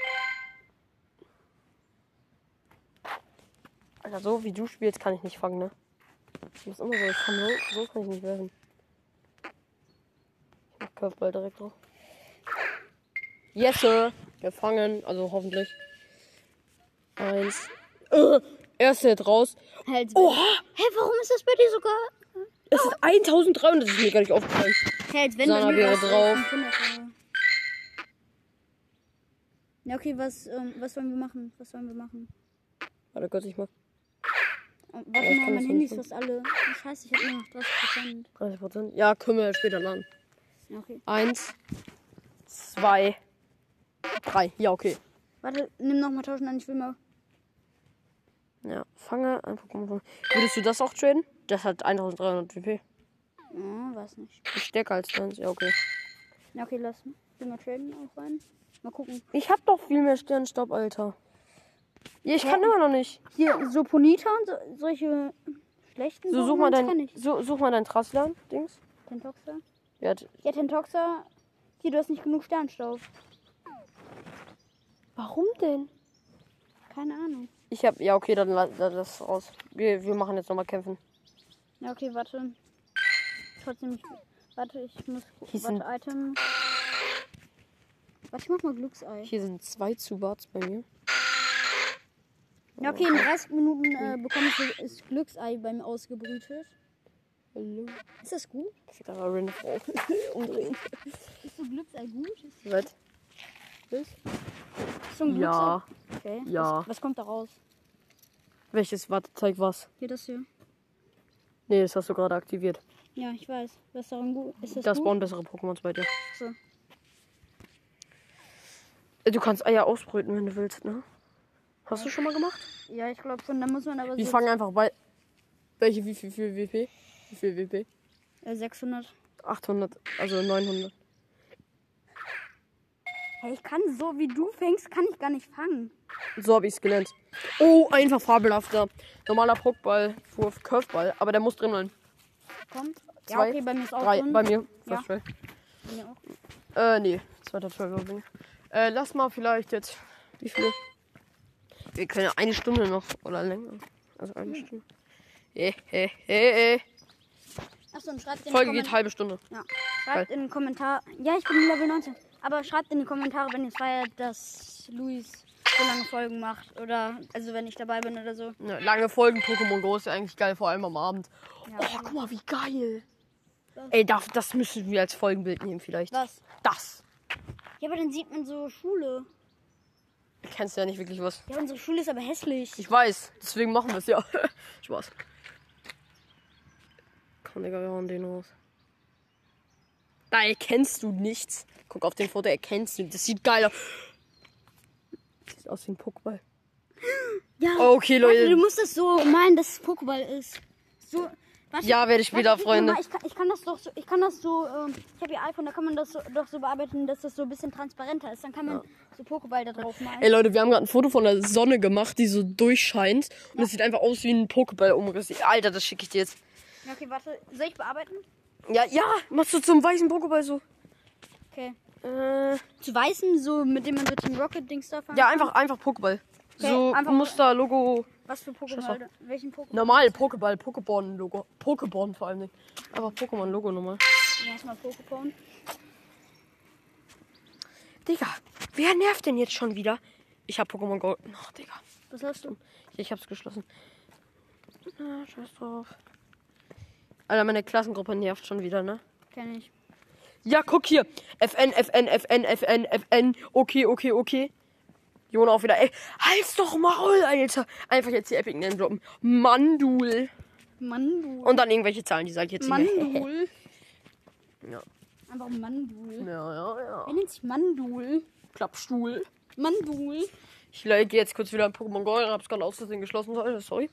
Alter, so wie du spielst, kann ich nicht fangen, ne? Ich muss immer so, ich kann so, so kann ich nicht werfen. Ich mach Curveball direkt drauf. Yes, sir. Gefangen, also hoffentlich. Eins. Äh, erste Hit raus.
Halt.
Oha!
Hä, warum ist das bei dir sogar?
Es ist 1300, das ist mir gar nicht aufgefallen.
Hä, als wenn
Sana
bei mir
wäre
was auf
drauf.
500 wäre. Ja, okay, was, ähm, was sollen wir machen? Was sollen wir machen?
Warte kurz, ich mach
Oh,
Ja,
Warte
ich
mal,
kann das
mein Handy ist
nicht
fast alle. Oh, scheiße, ich habe nur noch 30 Prozent.
30 Prozent. Ja, können wir später laden.
Ja, okay.
Eins, zwei, drei. Ja, okay.
Warte, nimm nochmal tauschen an, ich will mal.
Ja, fange ein Pokémon. von- Würdest du das auch traden? Das hat 1300 WP.
Oh, weiß nicht.
Ist Stärker als deins. Ja, okay.
Ja, okay, lass. Ich will mal traden auch rein. Mal gucken.
Ich hab doch viel mehr Sternstaub, Alter. Ja, ich kann
Hä?
immer noch nicht.
Hier, so Ponita und so, solche schlechten
So, such
Pokémons
mal
kann
dein,
ich.
so, such mal dein Trassler-Dings.
Tentoxer.
Ja, t-
Ja, Tentoxer. Hier, du hast nicht genug Sternstaub.
warum denn?
Keine Ahnung.
Ich hab, ja, okay, dann la- la- lass raus. Wir, wir machen jetzt nochmal kämpfen.
Ja, okay, warte. Trotzdem, ich, warte, ich muss.
Hier sind-
Warte, Item. Warte, ich mach mal Glücksei.
Hier sind zwei Zubats bei mir.
Ja, okay,
Oh.
in 30 Minuten äh, bekomme ich das Glücksei bei mir ausgebrütet.
Hallo.
Ist das gut?
Ich sag aber Rin umdrehen.
Ist so ein Glücksei gut? Ist
Was?
so ein Glücksei?
Ja.
Okay.
Ja.
Was, was kommt da raus?
Welches? Warte, zeig was.
Hier, das hier.
Nee, das hast du gerade aktiviert.
Ja, ich weiß. Was daran gut? Ist das,
Da
gut?
spawnen bessere Pokémons bei dir.
So.
Äh, Du kannst Eier ausbrüten, wenn du willst, ne? Hast du schon mal gemacht?
Ja, Also ich glaube schon. Da muss man aber
Die
so
fangen einfach bei. Welche? Wie viel, viel WP? Wie viel WP?
äh, 600.
800, also 900.
Hey, ich kann so wie du fängst, kann ich gar nicht fangen.
So habe ich es gelernt. Oh, einfach fabelhafter. Normaler Pokéball, Wurf, Curveball, aber der muss drin sein.
Kommt. Ja,
Zwei,
okay, bei mir ist auch
Drei,
drin.
bei mir.
Oh, Ja.
First Try.
Bei mir auch.
Äh, nee. Zweiter Try, glaube ich. Äh, lass mal vielleicht jetzt. Wie viel? Wir können ja eine Stunde noch oder länger. Also eine
Hm.
Stunde. Hey, hey, hey,
Achso, und schreibt in
hey.
die
Folge geht halt-
Kommentare-
halbe Stunde.
Ja. Schreibt in den Kommentar. Ja, ich bin Level 19. Aber schreibt in die Kommentare, wenn ihr feiert, dass Luis so lange Folgen macht. Oder, also wenn ich dabei bin oder so.
Ne, lange Folgen Pokémon Go ist ja eigentlich geil, vor allem am Abend.
Ja.
Oh, guck mal, wie geil. Ey, das, das müssen wir als Folgenbild nehmen vielleicht.
Was?
Das.
Ja, aber dann sieht man so Schule.
Du kennst ja nicht wirklich was.
Ja, unsere Schule ist aber hässlich.
Ich weiß, deswegen machen wir es ja. Spaß. Komm, Digga, wir hauen den raus. Da erkennst du nichts. Guck auf den Foto, erkennst du. Das sieht geil aus. Sieht aus wie ein Pokéball.
Ja.
Okay,
Warte, du
Leute.
musst das so malen, dass es Pokéball ist. So. Warte,
Ja, werde ich
warte,
wieder,
guck
Freunde.
mal, Ich kann, ich kann das doch so, ich kann das so, ähm, ich habe ihr iPhone, da kann man das so, doch so bearbeiten, dass das so ein bisschen transparenter ist. Dann kann man so Pokéball da drauf malen.
Ey, Leute, wir haben gerade ein Foto von der Sonne gemacht, die so durchscheint. Und es sieht einfach aus wie ein Pokéball-Umriss. Alter, das schicke ich dir jetzt.
Ja, Okay, warte, soll ich bearbeiten?
Ja, ja, machst du zum weißen Pokéball so.
Okay.
Äh,
Zu weißen, so mit dem man so den Rocket-Dings da fahren
ja, einfach, einfach Pokéball.
Okay,
so
einfach-
Muster, Logo.
Was für
Scheiß
Pokémon?
drauf.
Welchen Pokémon?
Normal, Pokéball, Pokéborn-Logo. Pokéborn vor allem. Dingen. Einfach Pokémon-Logo nochmal.
Erstmal Pokémon.
Digga, wer nervt denn jetzt schon wieder? Ich hab Pokémon Go. Ach, Digga.
Was hast du?
Ich hab's geschlossen. Na, scheiß drauf. Alter, meine Klassengruppe nervt schon wieder, ne?
Kenn ich.
Ja, guck hier. FN, FN, FN, FN, FN. Okay, okay, okay. Jona auch wieder. Ey, halt's doch Maul, Alter. Einfach jetzt die Epic nennen droppen. Mandul.
Mandul.
Und dann irgendwelche Zahlen, die sag ich jetzt nicht.
Mandul.
Ja.
Einfach Mandul.
Ja, ja, ja.
Wer nennt sich Mandul?
Klappstuhl.
Mandul.
Ich lege jetzt kurz wieder ein Pokémon Go rein, hab's gerade aus Versehen geschlossen, Leute, sorry.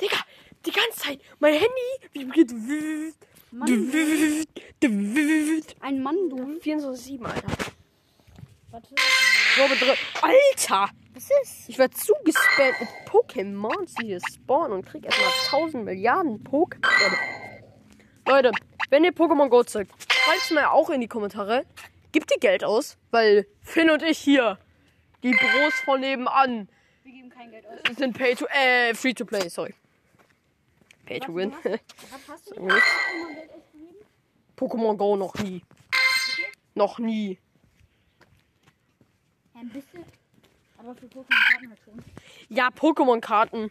Digga, die ganze Zeit, mein Handy vibriert.
Mandul. Hm? Ein Mandul.
24-7, Alter.
Warte.
So, bedrü- Alter!
Was ist?
Ich werd zugespammt mit Pokémon, die hier spawnen und krieg erstmal 1000 Milliarden Pokémon. Leute, wenn ihr Pokémon Go zeigt, schreibt's mir auch in die Kommentare. Gebt ihr Geld aus, weil Finn und ich hier, die Bros von nebenan,
Wir geben kein Geld aus.
sind pay to, äh, free to play, sorry. Pay to win.
Hab- Hast du
Gut.
immer Geld ausgegeben?
Pokémon Go noch nie. Noch nie.
Ja, ein bisschen. Aber für Pokémon-Karten halt schon.
Ja, Pokémon-Karten.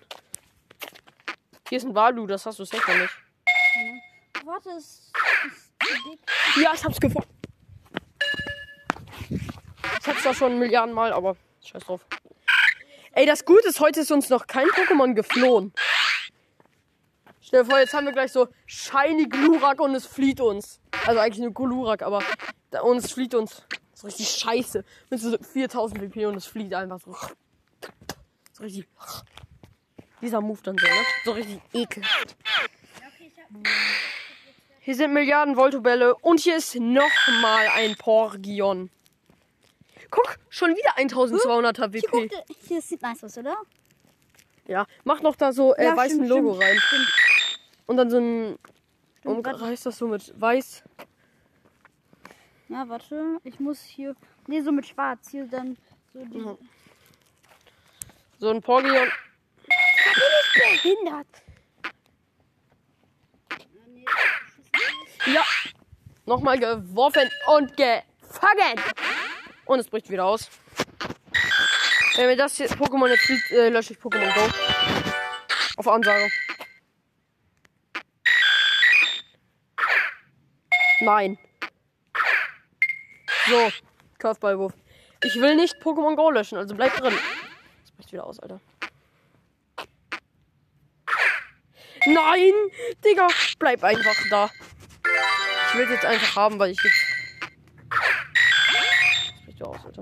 Hier ist ein Walu, das hast du safe noch nicht.
Keine. Warte, es ist zu dick.
Ja, ich hab's gefunden. Ich hab's da schon Milliarden Mal, aber scheiß drauf. Ey, das Gute ist, heute ist uns noch kein Pokémon geflohen. Stell dir vor, jetzt haben wir gleich so shiny Glurak und es flieht uns. Also eigentlich nur Glurak, aber da, und es flieht uns. So richtig scheiße. Mit so 4000 WP und es flieht einfach so. So richtig. Dieser Move dann so, ne? So richtig ekelhaft. Hier sind Milliarden Voltobälle und hier ist nochmal ein Porgion. Guck, schon wieder 1200er
Hier,
WP.
guck, da- hier das sieht nice aus, oder?
Ja, mach noch da so äh,
Ja,
weißen
stimmt,
Logo
stimmt,
rein. Und dann so ein.
warte.
Umreißt das so mit weiß.
Ja, warte. Ich muss hier. Nee, so mit schwarz. Hier dann so die.
Mhm. So ein Porgion.
Behindert.
Ja. Nochmal geworfen und gefangen. Und es bricht wieder aus. Wenn mir das hier Pokémon jetzt fliegt, äh, lösche ich Pokémon Go. Auf Ansage. Nein. So, Curveballwurf. Ich will nicht Pokémon Go löschen, also bleib drin. Es bricht wieder aus, Alter. Nein! Digga, bleib einfach da. Ich will jetzt einfach haben, weil ich jetzt. Das sieht doch aus, Alter.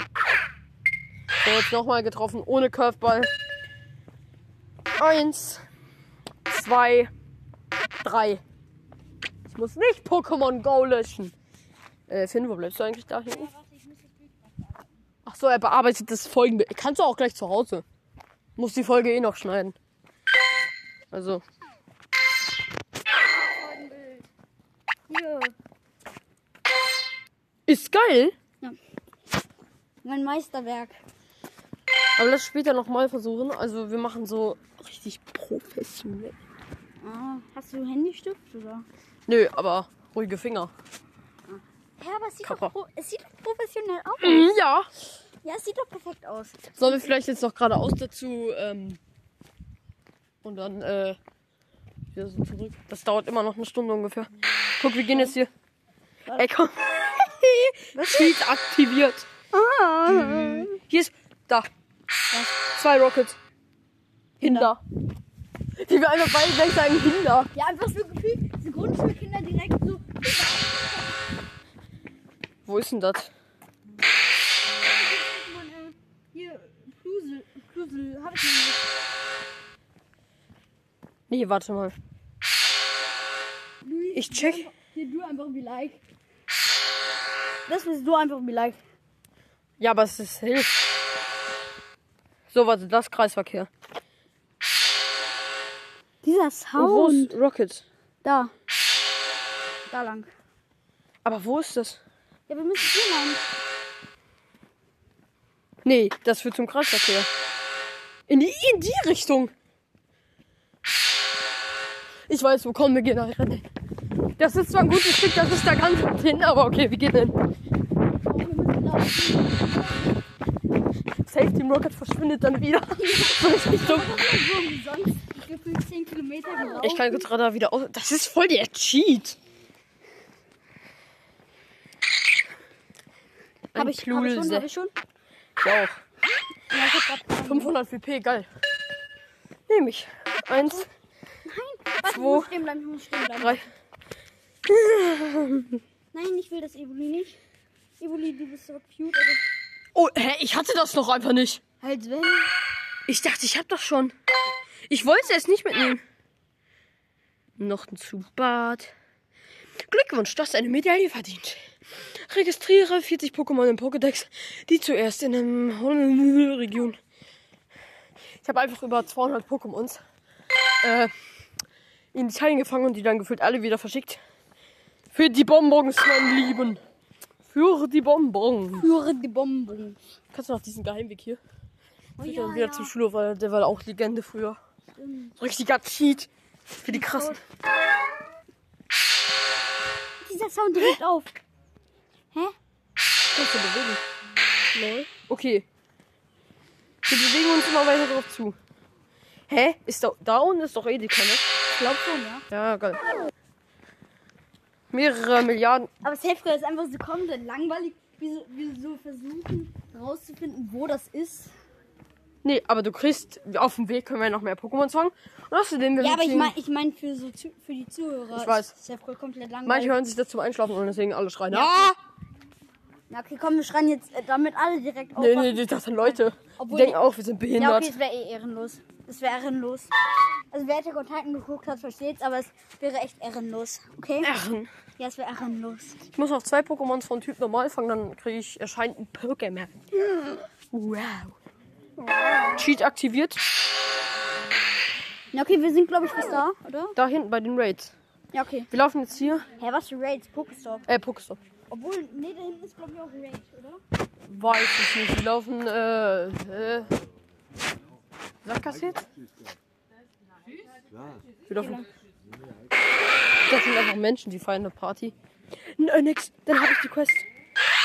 So, jetzt nochmal getroffen, ohne Curveball. Eins, zwei, drei. Ich muss nicht Pokémon Go löschen. Äh, Finn, wo bleibst du eigentlich da hinten? Ach so, er bearbeitet das folgende. Kannst du auch gleich zu Hause. Muss die Folge eh noch schneiden. Also,
Hier.
ist geil.
Mein Meisterwerk.
Aber lass später nochmal versuchen. Also wir machen so richtig professionell.
Ah, hast du Handystift oder?
Nö, aber ruhige Finger.
Ja, aber es sieht,
Kappa.
doch, pro- es sieht doch professionell aus.
Ja.
Ja, es sieht doch perfekt aus.
Sollen wir vielleicht jetzt noch geradeaus dazu ähm, und dann äh, wieder so zurück. Das dauert immer noch eine Stunde ungefähr. Guck, wir gehen jetzt hier. Ey, komm. Cheat aktiviert. Hm. Hier ist. Da. Zwei Rockets. Hinder. Die wir einfach beide gleich sagen, Kinder.
Ja, einfach so gefühlt, diese Grundschulkinder direkt so.
Wo ist denn das?
Man, äh, hier, Plusel, Plusel, hab ich noch nicht.
Nee, warte mal.
Luis,
Ich check.
Hier, du einfach wie like. Das bist du einfach wie like.
Ja, aber es ist hilft. So, warte, das ist Kreisverkehr.
Dieser
Und wo ist
Sound.
Rocket?
Da. Da lang.
Aber wo ist das?
Ja, wir müssen hier lang.
Nee, das führt zum Kreisverkehr. In die, in die Richtung. Ich weiß, wo kommen wir gehen halt rennen. Das ist zwar ein gutes Stück, das ist da ganz weit hin, aber okay, wir gehen hin.
Oh, wir müssen laufen.
Safe Team Rocket verschwindet dann wieder. so richtig dumm.
So wie sonst. Ich gefühlt 10 Kilometer gelaufen.
Ich kann kurz Radar wieder aus. Das ist voll der Cheat.
Hab ich, hab ich schon, hab ich schon.
Ja, auch.
Ja, ich hab grad
500 WP, geil. Nehme ich. Eins,
Warte, ich muss stehen bleiben, ich muss stehen bleiben.
drei.
Nein, ich will das Evoli nicht. Evoli, du bist so cute, aber...
Oh, hä, ich hatte das noch einfach nicht.
Halt, wenn...
Ich dachte, ich hab das schon. Ich wollte es nicht mitnehmen. Noch ein Zubat. Glückwunsch, du hast eine Medaille verdient. Registriere 40 Pokémon im Pokédex, die zuerst in einem Region. Ich habe einfach über 200 Pokémons äh, in Italien gefangen und die dann gefühlt alle wieder verschickt. Für die Bonbons, mein Lieben. Für die Bonbons.
Führe die Bonbon.
Kannst du noch diesen Geheimweg hier?
Oh,
Ich dann wieder zum Schulhof, weil der war auch Legende früher. Richtiger Cheat. Für die krassen.
Dieser Sound regt auf. Hä?
Kannst du bewegen. Okay. Wir bewegen uns immer weiter drauf zu. Hä? Ist da, da unten ist doch Edeka, ne?
Ich glaub schon, ja.
Ja, geil. Mehrere Milliarden.
Aber Safe Girl ist einfach so komplett langweilig, wie so, wie so versuchen rauszufinden, wo das ist.
Nee, aber du kriegst, auf dem Weg können wir noch mehr Pokémon fangen. Und außerdem, wir
Ja, aber ich
beziehen-
meine ich mein für, so, zu- für die Zuhörer
Ich weiß.
ist Safe Girl komplett
Manche
langweilig.
hören sich das zum Einschlafen und deswegen alle schreien.
Ja. Na, okay, komm, wir schreien jetzt, äh, damit alle direkt
Ah!
auf.
Nee, nee, nee, das sind Leute. Die
Obwohl-
denken auch, wir sind
ja,
behindert.
okay, es wäre eh ehrenlos. Es wäre ehrenlos. Also, wer Attack on Titan geguckt hat, versteht's, aber es wäre echt ehrenlos. Okay?
Erren.
Ja, es wäre ehrenlos.
Ich muss noch zwei Pokémons von Typ normal fangen, dann kriege ich erscheint ein Pokémon. Wow. Cheat aktiviert.
Na, okay, wir sind, glaube ich, bis da, oder?
Da hinten bei den Raids.
Ja, okay.
Wir laufen jetzt hier.
Hä, was für Raids? Pokestop.
Äh, Pokestop.
Obwohl, nee, da hinten ist, glaube ich, auch ein Raid, oder?
Weiß ich nicht. Wir laufen, äh, äh. Sagt das jetzt? Wir laufen. Das sind einfach Menschen, die feiern eine Party. N nix. Dann habe ich die Quest.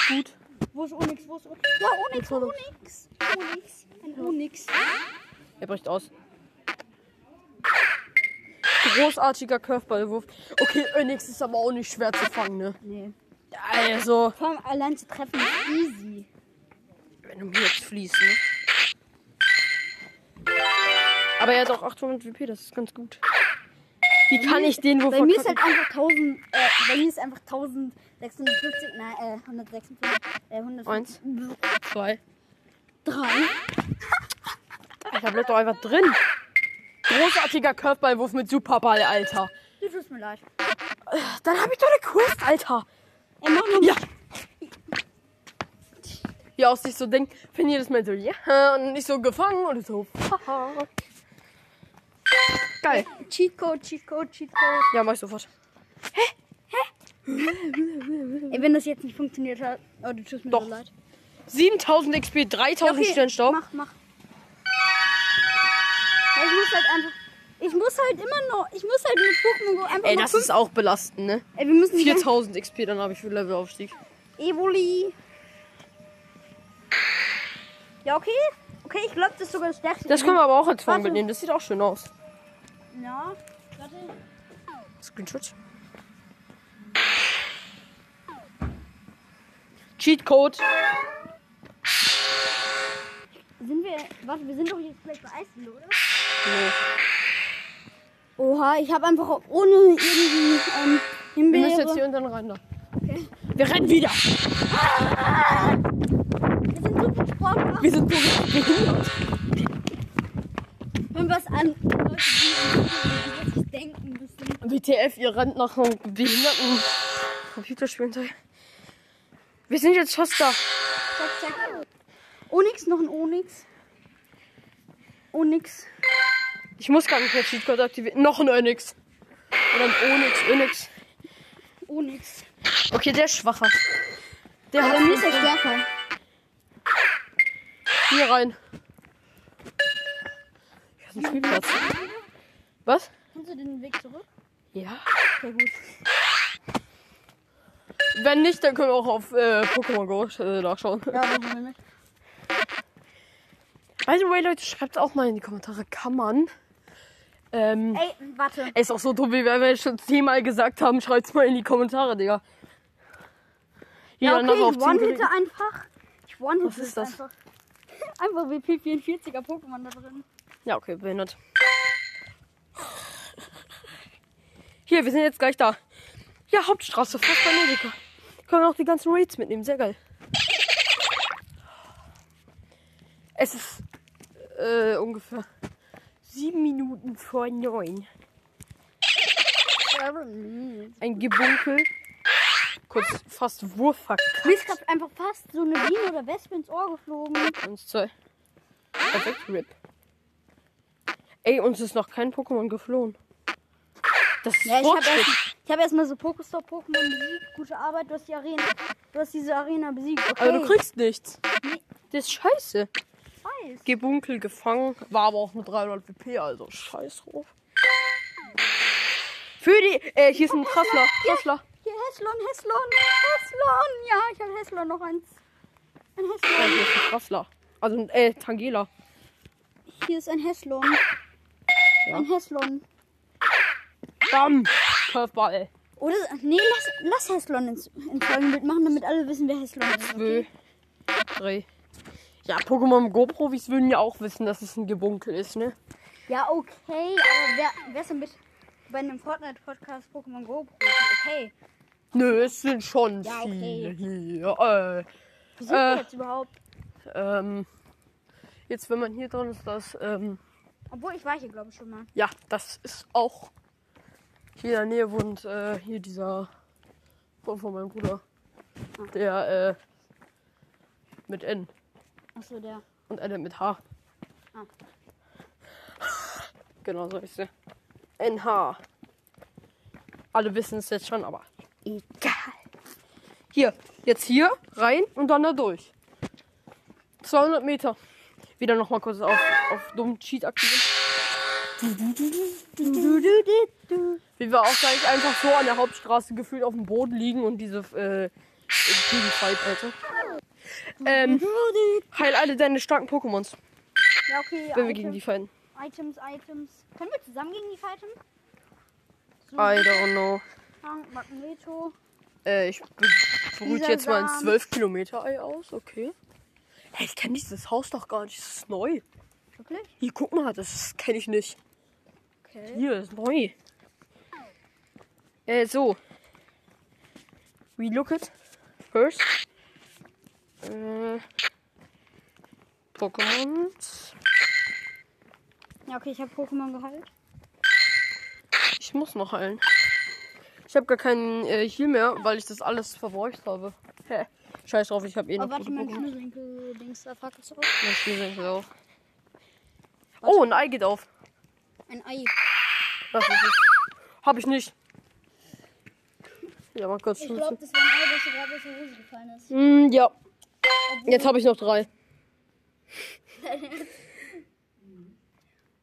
Gut.
Wo ist Onyx? Wo ist Onyx? Ja, Onyx, Onyx. Onyx. Ein Onyx.
Er bricht aus. Großartiger Curveballwurf. Okay, Önix ist aber auch nicht schwer zu fangen, ne?
Nee.
Also,
Vor allem allein zu treffen ist easy.
wenn du mir jetzt fließt, ne? Aber er hat auch 800 WP, das ist ganz gut. Wie kann ich den Wurf
Bei mir ist halt
verkacken?
einfach 1000, äh, bei mir ist einfach 1056, nein, äh, 156, äh, 150,
Eins, zwei.
drei.
Alter, bleibt doch einfach drin. Großartiger Curveballwurf mit Superball, Alter.
Du tust mir leid.
Dann habe ich doch eine Quest, Alter.
Ey, mach nur
Ja. Ja, aus sich so denkt, wenn jedes Mal so, ja, und nicht so gefangen oder so, haha. Geil.
Cheatcode, Cheatcode, Cheatcode.
Ja, mach ich sofort.
Ey, wenn das jetzt nicht funktioniert hat, oh, du tust mir
Doch.
so leid.
7000 XP, 3000 Sternstaub.
mach, mach. Ja, ich muss halt einfach, ich muss halt immer noch, ich muss halt mit Pokémon Go einfach
Ey,
noch
das
fünf-
ist auch belastend, ne?
Ey, wir müssen die ganze
4000 XP, dann habe ich für Levelaufstieg.
Evoli. Ja, okay. Okay, ich glaube, das ist sogar das stärkste.
Das können wir aber auch als Fang
Warte.
mitnehmen, das sieht auch schön aus.
Ja. Warte.
Screenshot. Cheatcode.
Sind wir. Warte, wir sind doch jetzt gleich bei Eisdiele, oder?
Nee.
Oha, ich habe einfach ohne irgendwie ähm,
Wir
Himbeere.
müssen jetzt hier und dann rein da. Wir rennen wieder.
Wir sind so gut Sportler.
Wir sind so behindert.
Wenn was an Leute, die- die sich denken müssen.
WTF, ihr rennt nach einem behinderten Computerspielen. Wir sind jetzt fast da.
Zack, zack. Onyx, noch ein Onyx. Onyx.
Ich muss gar nicht mehr Cheatcode aktivieren. Noch ein Onyx. Oder ein Onyx, Onyx.
Onyx.
Okay, der ist schwacher. Der
Aber
hat
mir ist er stärker.
hier rein. Ich hab einen Spielplatz. Was?
Kannst du den Weg zurück?
Ja.
Okay, gut.
Wenn nicht, dann können wir auch auf äh, Pokémon Go äh, nachschauen.
Ja, machen wir mit.
By the way, Leute, schreibt auch mal in die Kommentare, kann man. Ähm,
Ey, warte.
ey, ist auch so dumm, wie wir es schon zehnmal gesagt haben. Schreibt's mal in die Kommentare, Digga.
Ja,
Jeder
okay,
nachher auf
ich
10
one-hitte einfach. Ich one-hitte
Was ist das?
Einfach, einfach WP44er Pokémon da drin.
Ja, okay, behindert. Hier, wir sind jetzt gleich da. Ja, Hauptstraße, fast bei Medica. Können wir auch die ganzen Raids mitnehmen, sehr geil. Es ist äh, ungefähr sieben Minuten vor neun. Ein Gebunkel. Kurz fast Wurf
Mir ist grad einfach fast so eine Biene oder Wespe ins Ohr geflogen.
Eins, zwei. Perfekt, RIP. Ey, uns ist noch kein Pokémon geflohen. Das ist
Ja, ich habe
Fortschritt.
erst, ich hab erst mal so Pokestop-Pokémon besiegt. Gute Arbeit, du hast die Arena. Du hast diese Arena besiegt. Okay.
Aber Also, du kriegst nichts.
Nee.
Das ist scheiße.
Weiß.
Gebunkel gefangen. War aber auch nur 300 WP, also scheiß drauf. Für die. Äh, hier ist ein Trassler. Trassler.
Hier, Heslon, Heslon, Heslon. Ja, ich habe Heslon noch eins. Ein
Nein,
Heslon.
hier ist ein Trassler. Also, äh, Tangela.
Hier ist ein Heslon.
Ja.
Ein Heslon.
Bam. Curveball.
Oder, nee, lass, lass Heslon ins, ins Folgenbild machen, damit alle wissen, wer Heslon ist.
Zwei. Drei. Ja, Pokémon Go-Profis würden ja auch wissen, dass es ein Gebunkel ist, ne?
Ja, okay, aber wer, wer ist denn bitte bei einem Fortnite-Podcast Pokémon Go Profi? Okay.
Nö, es sind schon
Ja,
viele
okay.
hier. Äh,
Wo sind wir
Äh.
jetzt überhaupt?
ähm, jetzt, wenn man hier drin ist, das, ähm,
Obwohl, ich war hier, glaube ich, schon mal.
ja, das ist auch hier in der Nähe wohnt äh, hier dieser von, von meinem Bruder, der äh, mit N
Achso, der.
und N mit H.
Ah.
Genau so ist der. NH. Alle wissen es jetzt schon, aber egal. Hier, jetzt hier rein und dann da durch. 200 Meter. Wieder noch mal kurz auf, auf dummen Cheat aktivieren. Wie wir auch gleich einfach so an der Hauptstraße gefühlt auf dem Boden liegen und diese äh, Fight, Alter. Ähm, heil alle deine starken Pokémons,
Ja, okay.
wenn wir
Item-
gegen die fighten.
Items, Items. Können wir zusammen gegen die fighten? So,
I don't know.
Frank, Magneto.
oh Äh, ich brüte
Dieser
jetzt mal ein
Samen.
12 Kilometer Ei aus, okay. Hey, ich kenne dieses Haus doch gar nicht, das ist neu.
Wirklich?
Hier, guck mal, das kenne ich nicht.
Okay.
Hier, ist neu. Äh, so. We look it first. Äh, Pokémon.
Ja, okay, ich habe Pokémon geheilt.
Ich muss noch heilen. Ich habe gar keinen äh, Heal mehr, weil ich das alles verbraucht habe. Hä? Scheiß drauf, ich habe eh noch
Oh, warte,
gute
mein
Pokémon.
Schnürsenkel-Dings, da fuck ist auch.
Mein Schnürsenkel auch. Oh, ein Ei geht auf.
Ein Ei.
Das ist es. Hab ich nicht. Ja, mal kurz.
Ich glaube, das war ein Ei, das dir gerade aus der Hose gefallen ist.
Hm, ja. Jetzt habe ich noch drei.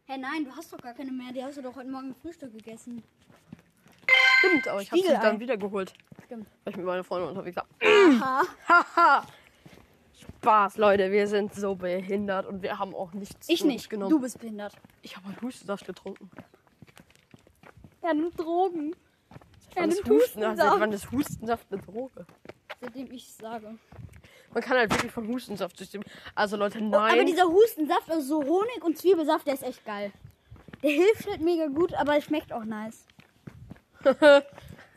Hey, nein, du hast doch gar keine mehr. Die hast du doch heute Morgen im Frühstück gegessen.
Stimmt, aber ich habe sie
Spiegelei.
dann wieder geholt.
Stimmt.
Weil ich mit meiner Freundin unterwegs war.
Aha.
Haha. Spaß, Leute. Wir sind so behindert und wir haben auch nichts
Ich
zu uns
nicht.
genommen.
Du bist behindert.
Ich habe Hustensaft getrunken.
Er nimmt Drogen. Er
Wann ist
nimmt
Hustensaft? Seit
Hustensaft.
wann ist Hustensaft eine Droge?
Seitdem ich es sage.
Man kann halt wirklich von Hustensaft süchtig. Also Leute,
Oh, aber also
nein.
dieser Hustensaft aus so Honig und Zwiebelsaft, der ist echt geil. Der hilft halt mega gut, aber es schmeckt auch nice.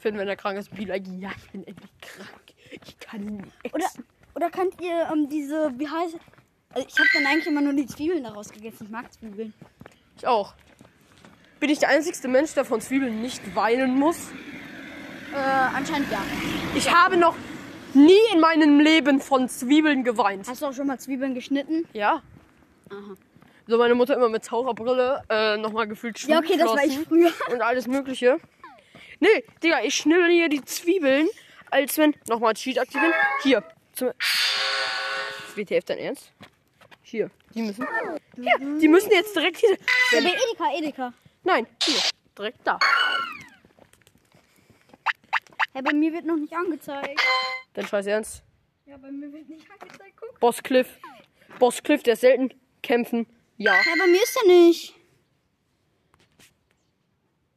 Finn, wenn er krank ist, Bilagie. Ja, ich bin endlich krank. Ich kann nicht.
Oder, oder könnt ihr ähm, diese, wie heißt also ich habe dann eigentlich immer nur die Zwiebeln daraus gegessen. Ich mag Zwiebeln.
Ich auch. Bin ich der einzigste Mensch, der von Zwiebeln nicht weinen muss?
Äh, anscheinend ja.
Ich habe noch nie in meinem Leben von Zwiebeln geweint.
Hast du auch schon mal Zwiebeln geschnitten?
Ja. So meine Mutter immer mit Taucherbrille äh, nochmal gefühlt
Ja, okay, das war ich
Schwimmflossen
früher.
Und alles mögliche. Nee, Digga, ich schnibbel hier die Zwiebeln, als wenn... Nochmal Cheat aktivieren. Hier. Zum WTF, dein Ernst? Hier. Die müssen... Hier, die müssen jetzt direkt hier...
Ja, bei Edeka, Edeka.
Nein, hier. Direkt da.
Hey, bei mir wird noch nicht angezeigt.
Dein scheiß Ernst.
Ja, bei mir wird nicht angezeigt. Guck.
Boss Cliff. Boss Cliff, der ist selten. Kämpfen. Ja.
Ja, bei mir ist er nicht.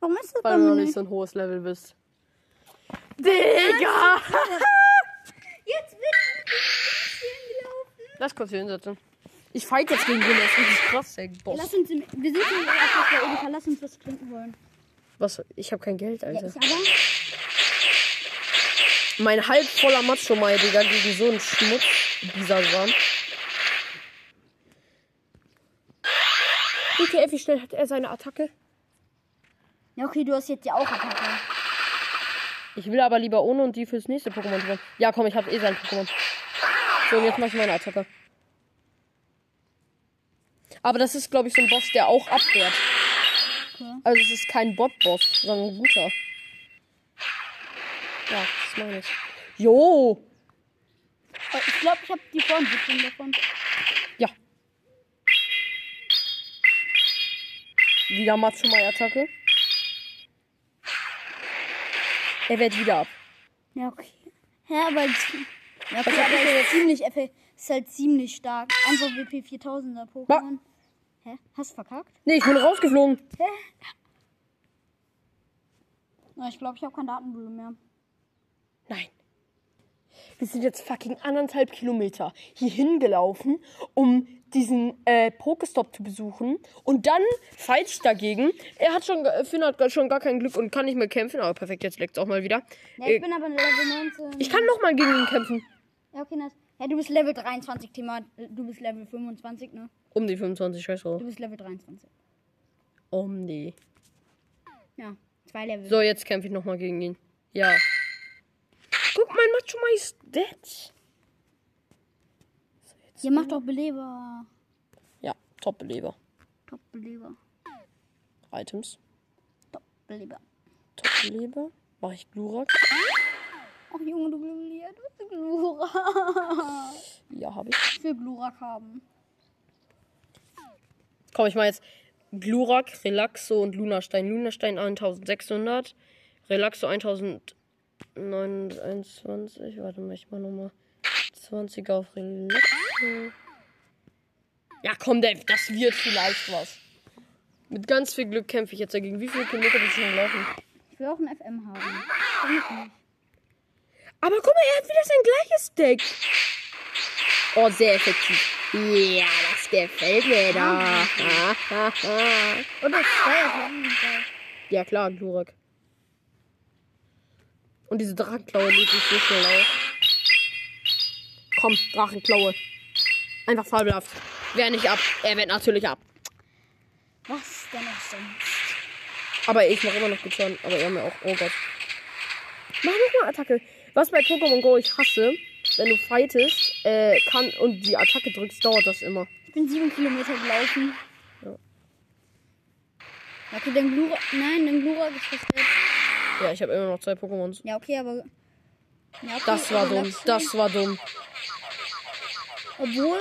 Warum ist das bei
Weil du
mir
noch
nicht?
nicht so ein hohes Level bist. Digga!
Jetzt wird hier gelaufen.
Lass kurz hier hinsetzen. Ich fight jetzt gegen den, der ist richtig krass, der Boss.
Lass uns, im- wir sind hier erst bei Edeka, lass uns was trinken holen.
Was? Ich hab kein Geld,
Ja,
Alter.
ich aber.
Mein halb voller Macho Mai, Digga, gegen so einen Schmutz. Dieser Sand. WTF, wie schnell hat er seine Attacke?
Ja, okay, du hast jetzt ja auch Attacke.
Ich will aber lieber ohne und die fürs nächste Pokémon drin. Ja, komm, ich hab eh sein Pokémon. So, und jetzt mach ich meine Attacke. Aber das ist, glaube ich, so ein Boss, der auch abwehrt. Also es ist kein Bot-Boss, sondern ein guter. Ja, das meine ich. Jo!
Aber Oh, Ich glaube, ich habe die Formsitzung davon.
Ja. Wieder Matsumai-Attacke. Er wehrt wieder ab.
Ja, okay. Ja, aber, ja,
Was
okay,
hab
aber
ich denn
ist
jetzt?
ziemlich eff- Ist halt ziemlich stark. Einfach WP 4000er Pokémon. Hä? Hast du verkackt?
Nee, ich bin rausgeflogen.
Na, ich glaube, ich habe keine Datenbülle mehr.
Nein. Wir sind jetzt fucking anderthalb Kilometer hierhin gelaufen, um diesen äh, Pokestop zu besuchen. Und dann fight ich dagegen. Er hat schon, äh, Finn hat gar- schon gar kein Glück und kann nicht mehr kämpfen. Aber perfekt, jetzt leckt's auch mal wieder.
Ja, ich
äh,
bin aber Level 19.
ich kann nochmal gegen ihn kämpfen.
Ja, okay, nice. Ja, du bist Level 23, Thema. Du bist Level 25, ne?
Um die 25, scheiß drauf.
Du bist Level 23.
Um die.
Ja, zwei Level.
So, jetzt kämpfe ich nochmal gegen ihn. Ja. Guck, mein Macho Mai ist dead.
Ihr macht doch Beleber.
Ja, Top-Beleber.
Top Beleber.
Items.
Top Beleber.
Top-Beleber. Mach ich Glurak.
Ach Junge, du Glurier, du bist Glurak.
Ja, habe ich.
Ich will Glurak haben.
Komm, ich mal jetzt Glurak, Relaxo und Lunastein. Lunastein 1600, Relaxo 1021. Warte mal, ich mach nochmal 20er auf Relaxo. Ja, komm, Dave, das wird vielleicht was. Mit ganz viel Glück kämpfe ich jetzt dagegen. Wie viele Kilometer bist du schon gelaufen?
Ich will auch ein FM haben.
Aber guck mal, er hat wieder sein gleiches Deck. Oh, sehr effektiv. Ja, das gefällt mir da.
Oder zwei FM.
Ja klar, Glurak. Und diese Drachenklaue lädt sich so schnell auf. Komm, Drachenklaue. Einfach fabelhaft. Wer nicht ab, er wird natürlich ab.
Was denn noch so?
Aber ich mache immer noch gut Schaden. Aber er mir auch. Oh Gott. Mach noch mal Attacke. Was bei Pokémon Go ich hasse, wenn du fightest äh, kann, und die Attacke drückst, dauert das immer.
Ich bin sieben Kilometer gelaufen.
Ja.
Ja, Okay, dein Glurak. Nein, dein Glurak ist verstört.
Ja, ich habe immer noch zwei Pokémons.
Ja, okay, aber. Ja, okay,
Das war
aber
dumm.
Lachs-
Das war dumm.
Obwohl,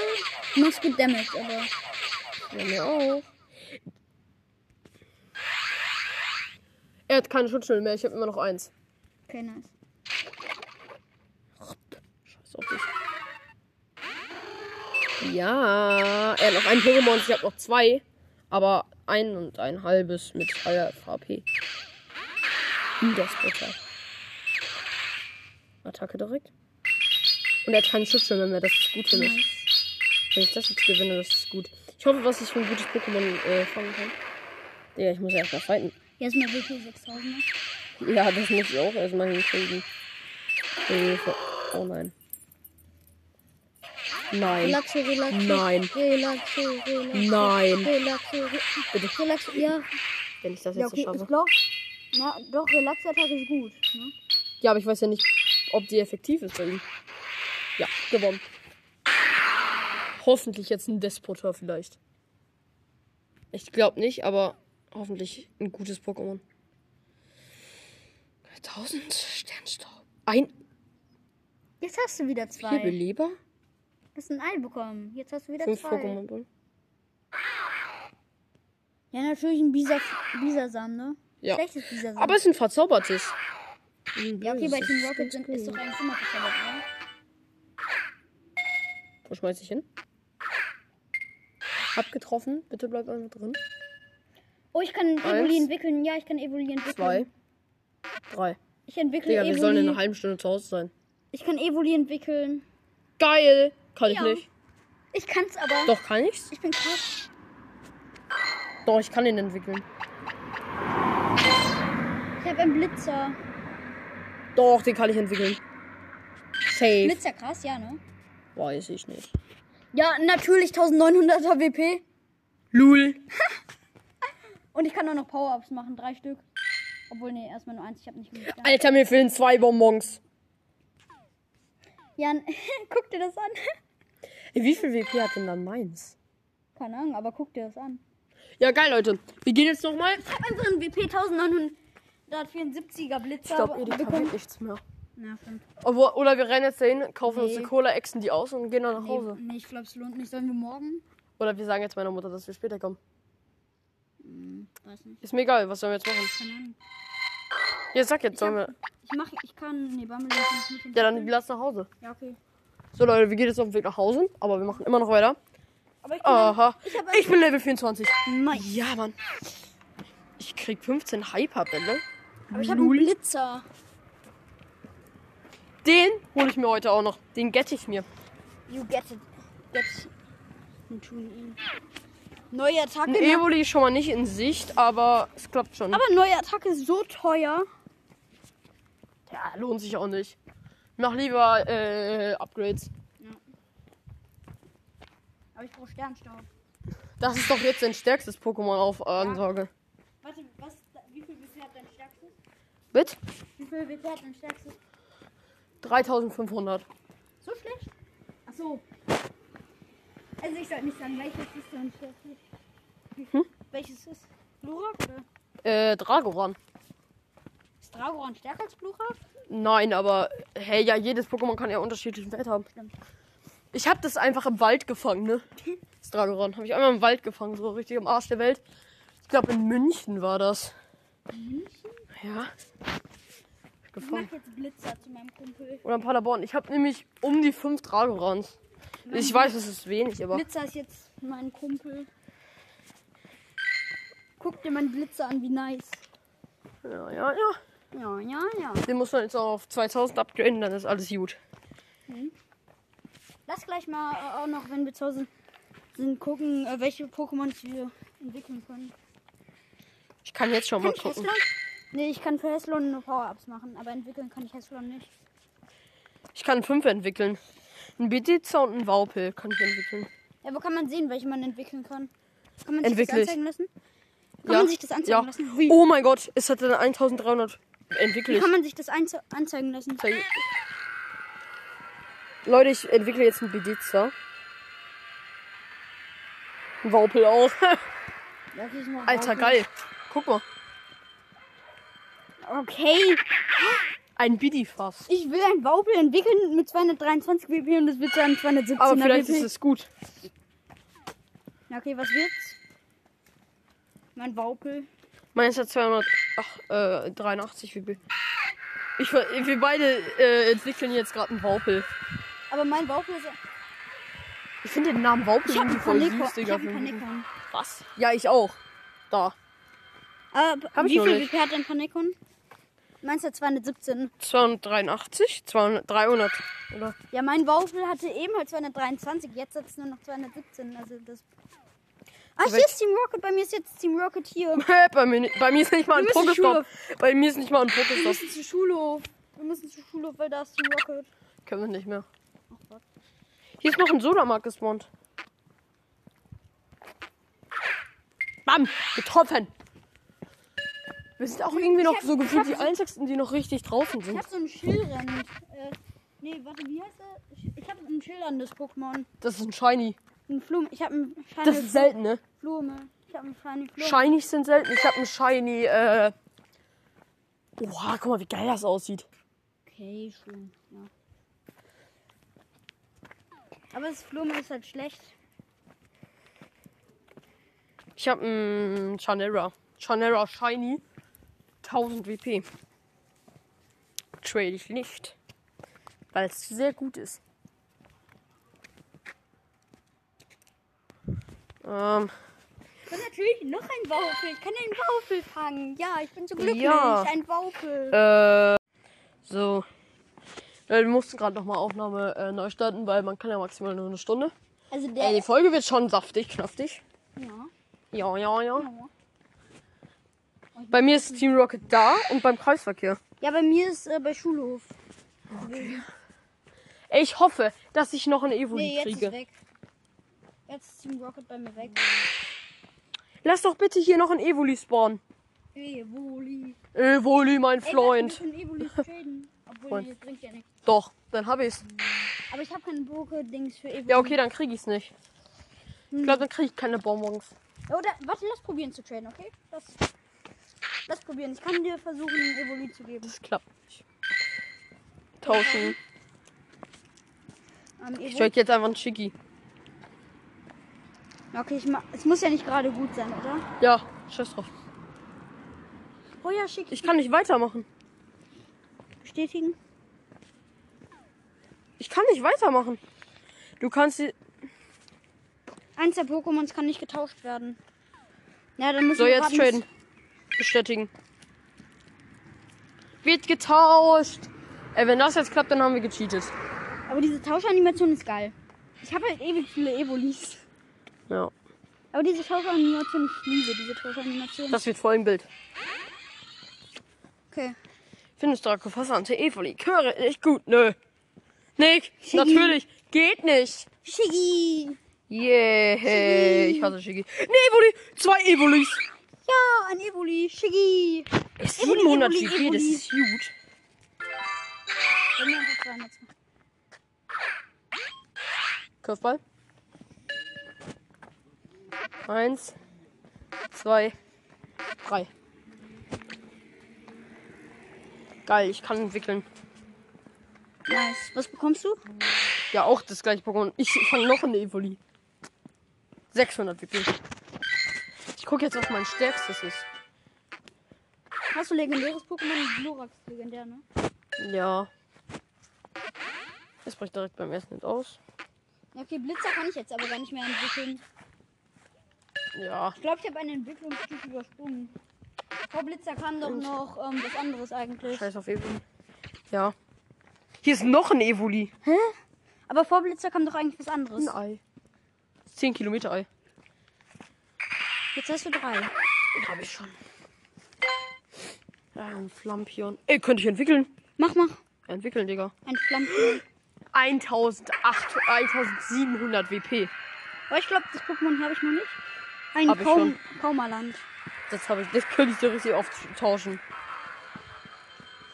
du machst gut Damage, aber.
Ja, mir auch. Er hat keine Schutzschild mehr, ich habe immer noch eins.
Okay, nice.
Scheiß auf dich. Ja, er hat noch ein Pokémon, ich habe noch zwei. Aber ein und ein halbes mit freier HP. Wie das Butter. Attacke direkt. Und er hat keinen Schutzschild mehr, das ist gut für mich.
nice.
Wenn ich das jetzt gewinne, das ist gut. Ich hoffe, dass ich ein gutes Pokémon äh, fangen kann. Digga, ich muss ja erstmal fighten.
Jetzt mal WP 6000.
Ja, das muss ich auch erstmal hinkriegen. Hilfe. Oh nein. Nein.
Relaxe, relaxe.
Nein.
Relaxe, relaxe.
Nein.
Relaxe, re-
Bitte.
relaxe. Ja,
Wenn ich das jetzt
ja okay,
so
ich
schaffe.
glaube. Na, doch, Relaxe-Attacke ist gut. Ne?
Ja, aber ich weiß ja nicht, ob die effektiv ist bei ihm. Ja, gewonnen. Hoffentlich jetzt ein Despoter vielleicht. Ich glaube nicht, aber hoffentlich ein gutes Pokémon. 1000 Sternstaub. Ein
Jetzt hast du wieder
vier
zwei.
Beleber?
Hast ein Ei bekommen. Jetzt hast du wieder
Fünf
zwei.
Pokémon.
Ja, natürlich ein Bisa- Bisasam, ne?
Ja.
Schlechtes Bisasam.
Aber es ist ein verzaubertes. Ein
ja, okay, bei
böses.
Team Rocket sind, ist doch eigentlich immer verzaubert, ne?
Wo schmeiß ich hin? Hab getroffen. Bitte bleibt einfach drin.
Oh, ich kann
Eins.
Evoli entwickeln. Ja, ich kann Evoli entwickeln.
Zwei. Drei.
Ich entwickle
Digga,
Evoli.
wir sollen in einer halben Stunde zu Hause sein.
ich kann Evoli entwickeln.
Geil! Kann
Ja.
ich nicht.
Ich kann's aber.
Doch, kann ich's?
Ich bin krass.
Doch, ich kann den entwickeln.
Ich habe einen Blitzer.
Doch, den kann ich entwickeln. Safe.
Blitzer krass, ja, ne?
Weiß ich nicht.
Ja, natürlich 1900er WP.
Lul.
Und ich kann auch noch Power-Ups machen, drei Stück. Obwohl, nee, erstmal nur eins, ich habe nicht genug. da.
Alter, mir fehlen zwei Bonbons.
Jan, guck dir das an.
Ey, wie viel WP hat denn dann meins?
Keine Ahnung, aber guck dir das an.
Ja, geil, Leute. Wir gehen jetzt nochmal.
Ich habe einfach einen WP 1974er Blitzer
Ich glaube,
be-
Edeka
bekommen.
wird nichts mehr.
Na, stimmt.
Obwohl, oder wir rennen jetzt dahin, kaufen uns
Nee.
eine Cola, exen die aus und gehen dann nach
Nee,
Hause.
nee, ich glaube, es lohnt nicht. Sollen wir morgen?
Oder wir sagen jetzt meiner Mutter, dass wir später kommen.
Hm, Weiß nicht.
Ist mir egal, was sollen wir jetzt machen?
Keine Ahnung.
Jetzt sag jetzt, sollen wir.
Ich mach, ich kann. Nee, Bumble ist nicht.
Ja, dann lass nach Hause.
Ja, okay.
So, Leute, wir gehen jetzt auf dem Weg nach Hause, aber wir machen immer noch weiter.
Aber ich kann.
Aha.
Ich hab
Ich bin Level 24.
Nein.
Ja, Mann. Ich krieg 15 Hyperbälle.
Aber ich habe einen Blitzer.
Den hole ich mir heute auch noch. Den gette ich mir.
You get it. Get it. Und tun ihn. Neue Attacke.
Ein Evoli ist schon mal nicht in Sicht, Genau. aber es klappt schon.
aber neue Attacke ist so teuer.
ja, Ah, lohnt sich auch nicht. Mach lieber äh, Upgrades.
Aber ich brauche Sternstaub.
Das ist doch jetzt dein stärkstes Pokémon auf Ansage.
Warte, was, wie viel WP hat dein stärkstes?
Mit
Wie viel WP hat dein stärkstes?
3500.
So schlecht? Ach so. Also ich sollte nicht sagen, welches ist dein stärkstes? Hm? Welches ist? Glurak? oder?
Äh, Dragoran.
Ist Dragoran stärker als Glurak?
Nein, aber hey, ja, jedes Pokémon kann ja unterschiedlichen Wert haben.
Stimmt.
Ich hab das einfach im Wald gefangen, ne? Das Dragoran. Hab ich einmal im Wald gefangen, so richtig am Arsch der Welt. Ich glaube, in München war das. München? Ja. Hab ich
Ich
Gefangen.
mach jetzt Blitzer zu meinem Kumpel.
Oder in Paderborn. Ich habe nämlich um die fünf Dragorans. Ich weiß, das ist wenig, aber.
Blitzer ist jetzt mein Kumpel. Guck dir meinen Blitzer an, wie nice.
Ja, ja, ja.
Ja, ja, ja.
Den muss man jetzt auch auf 2000 upgraden, dann ist alles gut.
Lass gleich mal äh, auch noch, wenn wir zu Hause sind, gucken, äh, welche Pokémon wir entwickeln können.
Ich kann jetzt schon
Kann
mal
ich
gucken.
Heslon? Nee, ich kann für Heslon nur Power-Ups machen, aber entwickeln kann ich Heslon nicht.
Ich kann fünf entwickeln. Ein Bitiza und ein Waupel kann ich entwickeln.
Ja, wo kann man sehen, welche man entwickeln kann? Kann man sich
Entwickle ich.
das anzeigen lassen? Kann man sich das anzeigen
ja.
lassen? Wie?
Oh mein Gott, es hat dann 1300 entwickelt.
Kann man sich das einze- anzeigen lassen?
Leute, ich entwickle jetzt ein Bitiza. Ein Waupel auch.
Ja, okay, ich mach
Alter,
Waupel.
geil. Guck mal.
Okay,
Ein Bidifast.
ich will ein Waupel entwickeln mit 223 WP und das wird dann 217
Aber vielleicht
WP.
ist es gut.
Ja, Okay, was wird's? Mein Waupel.
Meins hat 200, ach, äh, 83 WP. Ich, ver- wir beide äh, entwickeln jetzt gerade einen Waupel.
Aber mein Waupel ist.
Ich finde den Namen Waupel
Ich hab
irgendwie
einen
voll
Panikon.
süß,
Ich
Digga.
hab einen Panikon.
Was? Ja, ich auch. Da.
Aber
Hab ich
Äh, wie
noch
viel
nicht.
WP hat ein Panikon? Meinst du 217?
283, 200, 300. Oder?
Ja, mein Waufel hatte eben halt 223, jetzt hat es nur noch 217. Also das
Ah, hier ist Team Rocket, bei mir ist jetzt Team Rocket hier.
bei, mir, ni- bei mir ist nicht mal ein
Wir müssen
Pokestop. Bei mir ist nicht mal ein
Wir
Pokestop.
müssen zur Schulhof. Wir müssen zur Schulhof, weil da ist Team Rocket.
Können wir nicht mehr. Hier ist noch ein Solarmarkt gespawnt. Bam! Getroffen! Wir sind auch irgendwie noch
hab-
so
ich
gefühlt
hab
die
so-
Einzigsten, die noch richtig draußen
Ich
sind.
hab so ein Schildrennen. Äh, nee, warte, wie heißt er? Ich- Ich hab ein schillerndes Pokémon.
Das ist ein Shiny.
Ein Flume. Ich hab ein
Das ist
shiny
selten, ne?
Flume. Ich hab ein shiny Flume.
Shinies sind selten. Ich habe einen Shiny, äh... Oha, guck mal, wie geil das aussieht.
Okay, schon. Ja. Aber das Flume ist halt schlecht.
Ich habe einen Chanera. Chanera Shiny. 1000 WP. Trade ich nicht. Weil es sehr gut ist. Ähm,
Ich bin natürlich noch ein Waufel. Ich kann den Waufel fangen. Ja, ich bin so glücklich.
Ja.
Ein Waufel.
äh, so. Äh, Wir mussten gerade nochmal Aufnahme äh, neu starten, weil man kann ja maximal nur eine Stunde.
Also
Ey,
der.
die Folge wird schon saftig, knaftig.
ja.
Ja, ja, ja. Bei mir ist Team Rocket da und beim Kreisverkehr.
ja, bei mir ist äh, bei Schulhof.
Ey, ich hoffe, dass ich noch eine Evoli
Nee, jetzt
kriege.
ist weg. Jetzt ist Team Rocket bei mir weg.
Lass doch bitte hier noch ein Evoli spawnen.
Evoli.
Evoli, mein
Ey,
Freund.
lass mich mit Evolis traden. Obwohl,
Freund.
das bringt ja nichts.
Doch, dann hab ich's.
Aber ich habe keine Boke-Dings für Evoli.
Ja, okay, dann krieg ich's nicht.
Hm.
Ich glaube, dann krieg ich keine Bonbons.
Oder, warte, lass probieren zu traden, okay? Lass, lass probieren. Ich kann dir versuchen, Evoli zu geben.
Das klappt nicht. Tauschen.
Ähm, Evoli.
Ich trade jetzt einfach einen Schicki.
Okay, ich ma es muss ja nicht gerade gut sein, oder?
Ja, scheiß drauf.
Oh ja, schick.
Ich kann nicht weitermachen.
bestätigen.
Ich kann nicht weitermachen. Du kannst die.
Eins der Pokémons kann nicht getauscht werden. Na, dann müssen
So,
wir
jetzt
warten,
traden. Bestätigen. Wird getauscht. Ey, wenn das jetzt klappt, dann haben wir gecheatet.
bis- Aber diese Tauschanimation ist geil. Ich habe halt ewig viele Evolis.
Ja.
Aber diese Tauschanimation, ich liebe diese Tauschanimation.
Das wird Folgenbild.
Okay.
Findest du Dracophassante Evoli? E Chöre nicht gut. Nö. Nick, natürlich. Geht nicht.
Shiggy!
Yeah, hey, ich hasse Shiggy. Ne, Evoli, zwei Evolis.
Ja, Oh, ein Evoli! Shiggy!
Ist
Evoli,
700
Evoli,
GP, das
Evoli.
ist gut.
Bei mir einfach 200.
Kopfball. Eins, zwei, drei. Geil, ich kann entwickeln.
Nice. Was bekommst du?
Ja, auch das gleiche Pokémon. Ich fange noch eine Evoli. 600 WP. Ich gucke jetzt, was mein stärkstes ist.
Hast du legendäres Pokémon? Glorax legendär, ne?
Ja. Das bricht direkt beim ersten Hit aus.
Ja, okay, Blitzer kann ich jetzt aber gar nicht mehr entwickeln.
Ja.
Ich glaube, ich habe eine Entwicklungsstufe übersprungen. Vor Blitzer kam doch noch ähm, was anderes eigentlich.
Scheiß auf Evoli. Ja. Hier ist noch ein Evoli.
Aber vor Blitzer kam doch eigentlich was anderes.
Ein Ei. 10 Kilometer Ei.
Jetzt hast du drei.
Hab ich schon. Ja, ein Flampion. Ey, könnte ich entwickeln?
Mach, mach.
Entwickeln, Digga.
Ein Flammen.
1800, 1700 WP.
Aber ich glaube, das Pokémon habe ich noch nicht. Ein
Hab ich
Kaum Kaumerland.
Das habe ich, das könnte ich so richtig oft tauschen.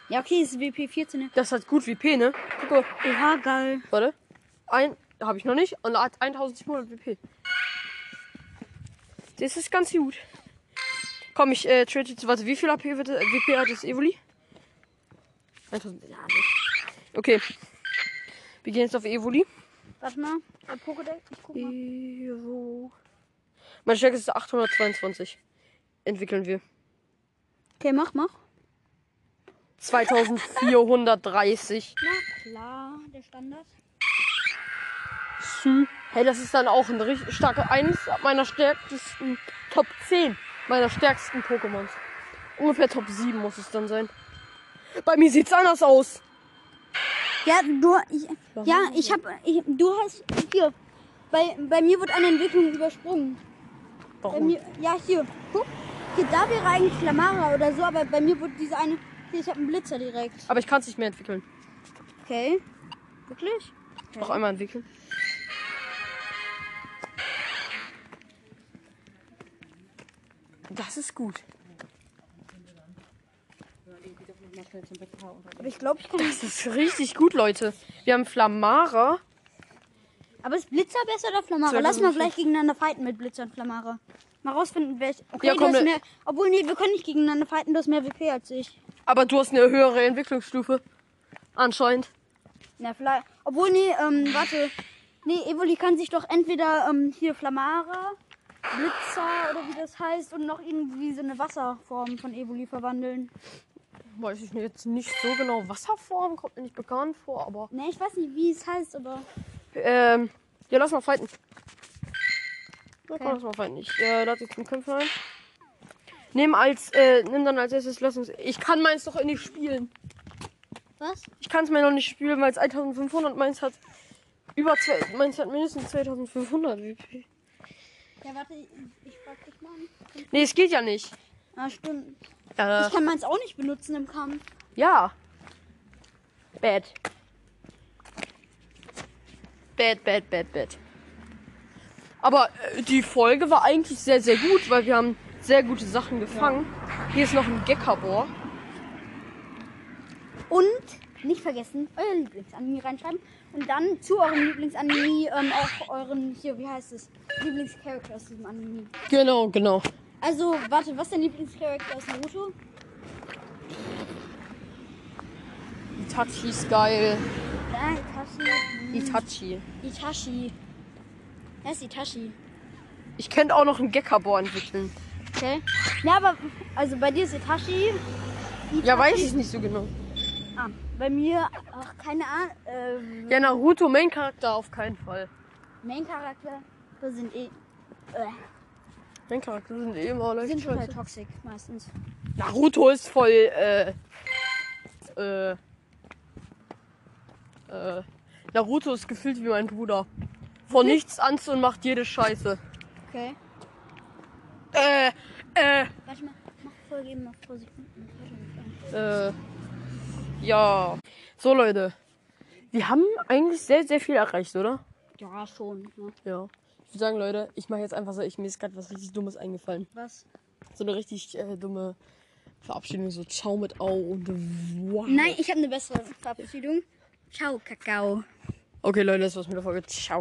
Ja, okay, ist WP 14. ne?
Das hat gut WP, ne? Guck mal.
Oha, geil.
Warte. Ein habe ich noch nicht und hat 1700 WP. Das ist ganz gut. Komm, ich äh, trade jetzt. Warte, wie viel AP wird, äh, WP hat das Evoli? 1000. Ja, nee. Okay. Wir gehen jetzt auf Evoli.
Warte mal. Ein Pokédex. Ich guck mal.
Evo. Mein Stärke ist 822. Entwickeln wir.
Okay, mach, mach.
2430.
Na klar, der Standard.
Sü. Hey, das ist dann auch ein richtig starker, eines meiner stärksten Top 10 meiner stärksten Pokémons. Ungefähr Top 7 muss es dann sein. Bei mir sieht's anders aus.
Ja, du. Ich, ja, ich hab. Ich, du hast. Hier. Bei, bei mir wird eine Entwicklung übersprungen.
Warum?
Bei mir, ja, hier, guck. Hier, da wäre eigentlich Lamara oder so, aber bei mir wurde diese eine. Hier, ich habe einen Blitzer direkt.
Aber ich kann es nicht mehr entwickeln.
Okay. Wirklich?
Noch einmal entwickeln. Das ist gut.
Aber ich glaube, ich kann.
Das ist richtig gut, Leute. Wir haben Flamara.
Aber ist Blitzer besser oder Flamara? Lass mal gleich gegeneinander fighten mit Blitzer und Flamara. Mal rausfinden, wer ich. Okay,
Ja, komm,
du hast
ne-
mehr. Obwohl, nee, wir können nicht gegeneinander fighten, du hast mehr WP als ich.
Aber du hast eine höhere Entwicklungsstufe. Anscheinend.
Na, vielleicht. Obwohl, nee, ähm, warte. Nee, Evoli kann sich doch entweder ähm, hier Flamara, Blitzer oder wie das heißt und noch irgendwie so eine Wasserform von Evoli verwandeln.
Weiß ich mir jetzt nicht so genau. Wasserform kommt mir nicht bekannt vor, aber.
Ne, ich weiß nicht, wie es heißt, aber.
Ähm. Ja, lass mal fighten. Ja,
Okay.
komm, lass mal fighten. Ich äh, lade jetzt einen Kämpfer ein. Nimm als, äh, nimm dann als erstes, lass uns. Ich kann meins doch nicht spielen.
Was?
Ich kann es mir noch nicht spielen, weil es 1500 meins hat. Über zwei, meins hat mindestens 2500 WP.
Ja, warte, ich, ich frag dich mal an.
Nee, es geht ja nicht.
Ah, stimmt.
Äh,
Ich kann meins auch nicht benutzen im Kampf.
ja. Bad. Bad, bad, bad, bad. Aber äh, die Folge war eigentlich sehr, sehr gut, weil wir haben sehr gute Sachen gefangen. Hier ist noch ein Geckerbohr.
Und nicht vergessen, euer Lieblingsanime reinschreiben. Und dann zu eurem Lieblingsanime ähm, auch euren, hier, wie heißt es? Lieblingscharakter aus diesem Anime.
Genau, genau.
Also, warte, was ist dein Lieblingscharakter aus Naruto?
Itachi ist geil.
Nein, Itachi.
Itachi.
Itachi. Er ist Itachi.
Ich könnte auch noch einen Geckerbohr entwickeln.
Okay. Ja, aber, also bei dir ist Itachi.
Ja, weiß ich nicht so genau.
Ah, bei mir, ach, keine Ahnung. Ähm,
Ja, Naruto Main Charakter auf keinen Fall.
Main-Charakter sind eh. Äh,
Main Charakter sind eh immer Leute.
sind total
scheiße.
toxisch meistens.
Naruto ist voll äh, äh, äh, Naruto ist gefühlt wie mein Bruder. Vor nichts Angst und macht jede Scheiße.
Okay.
Äh, äh,
Warte mal, mach Folge eben auf Vorsicht. Warte mal.
äh, ja. So Leute, wir haben eigentlich sehr, sehr viel erreicht, oder?
Ja, schon. Ne?
Ja. Ich würde sagen, Leute, ich mache jetzt einfach so, ich mir ist gerade was richtig Dummes eingefallen.
Was?
So eine richtig äh, dumme Verabschiedung, so ciao mit au und wow.
Nein, ich habe eine bessere Verabschiedung. Ciao, Kakao.
Okay, Leute, das war's mit der Folge. Ciao.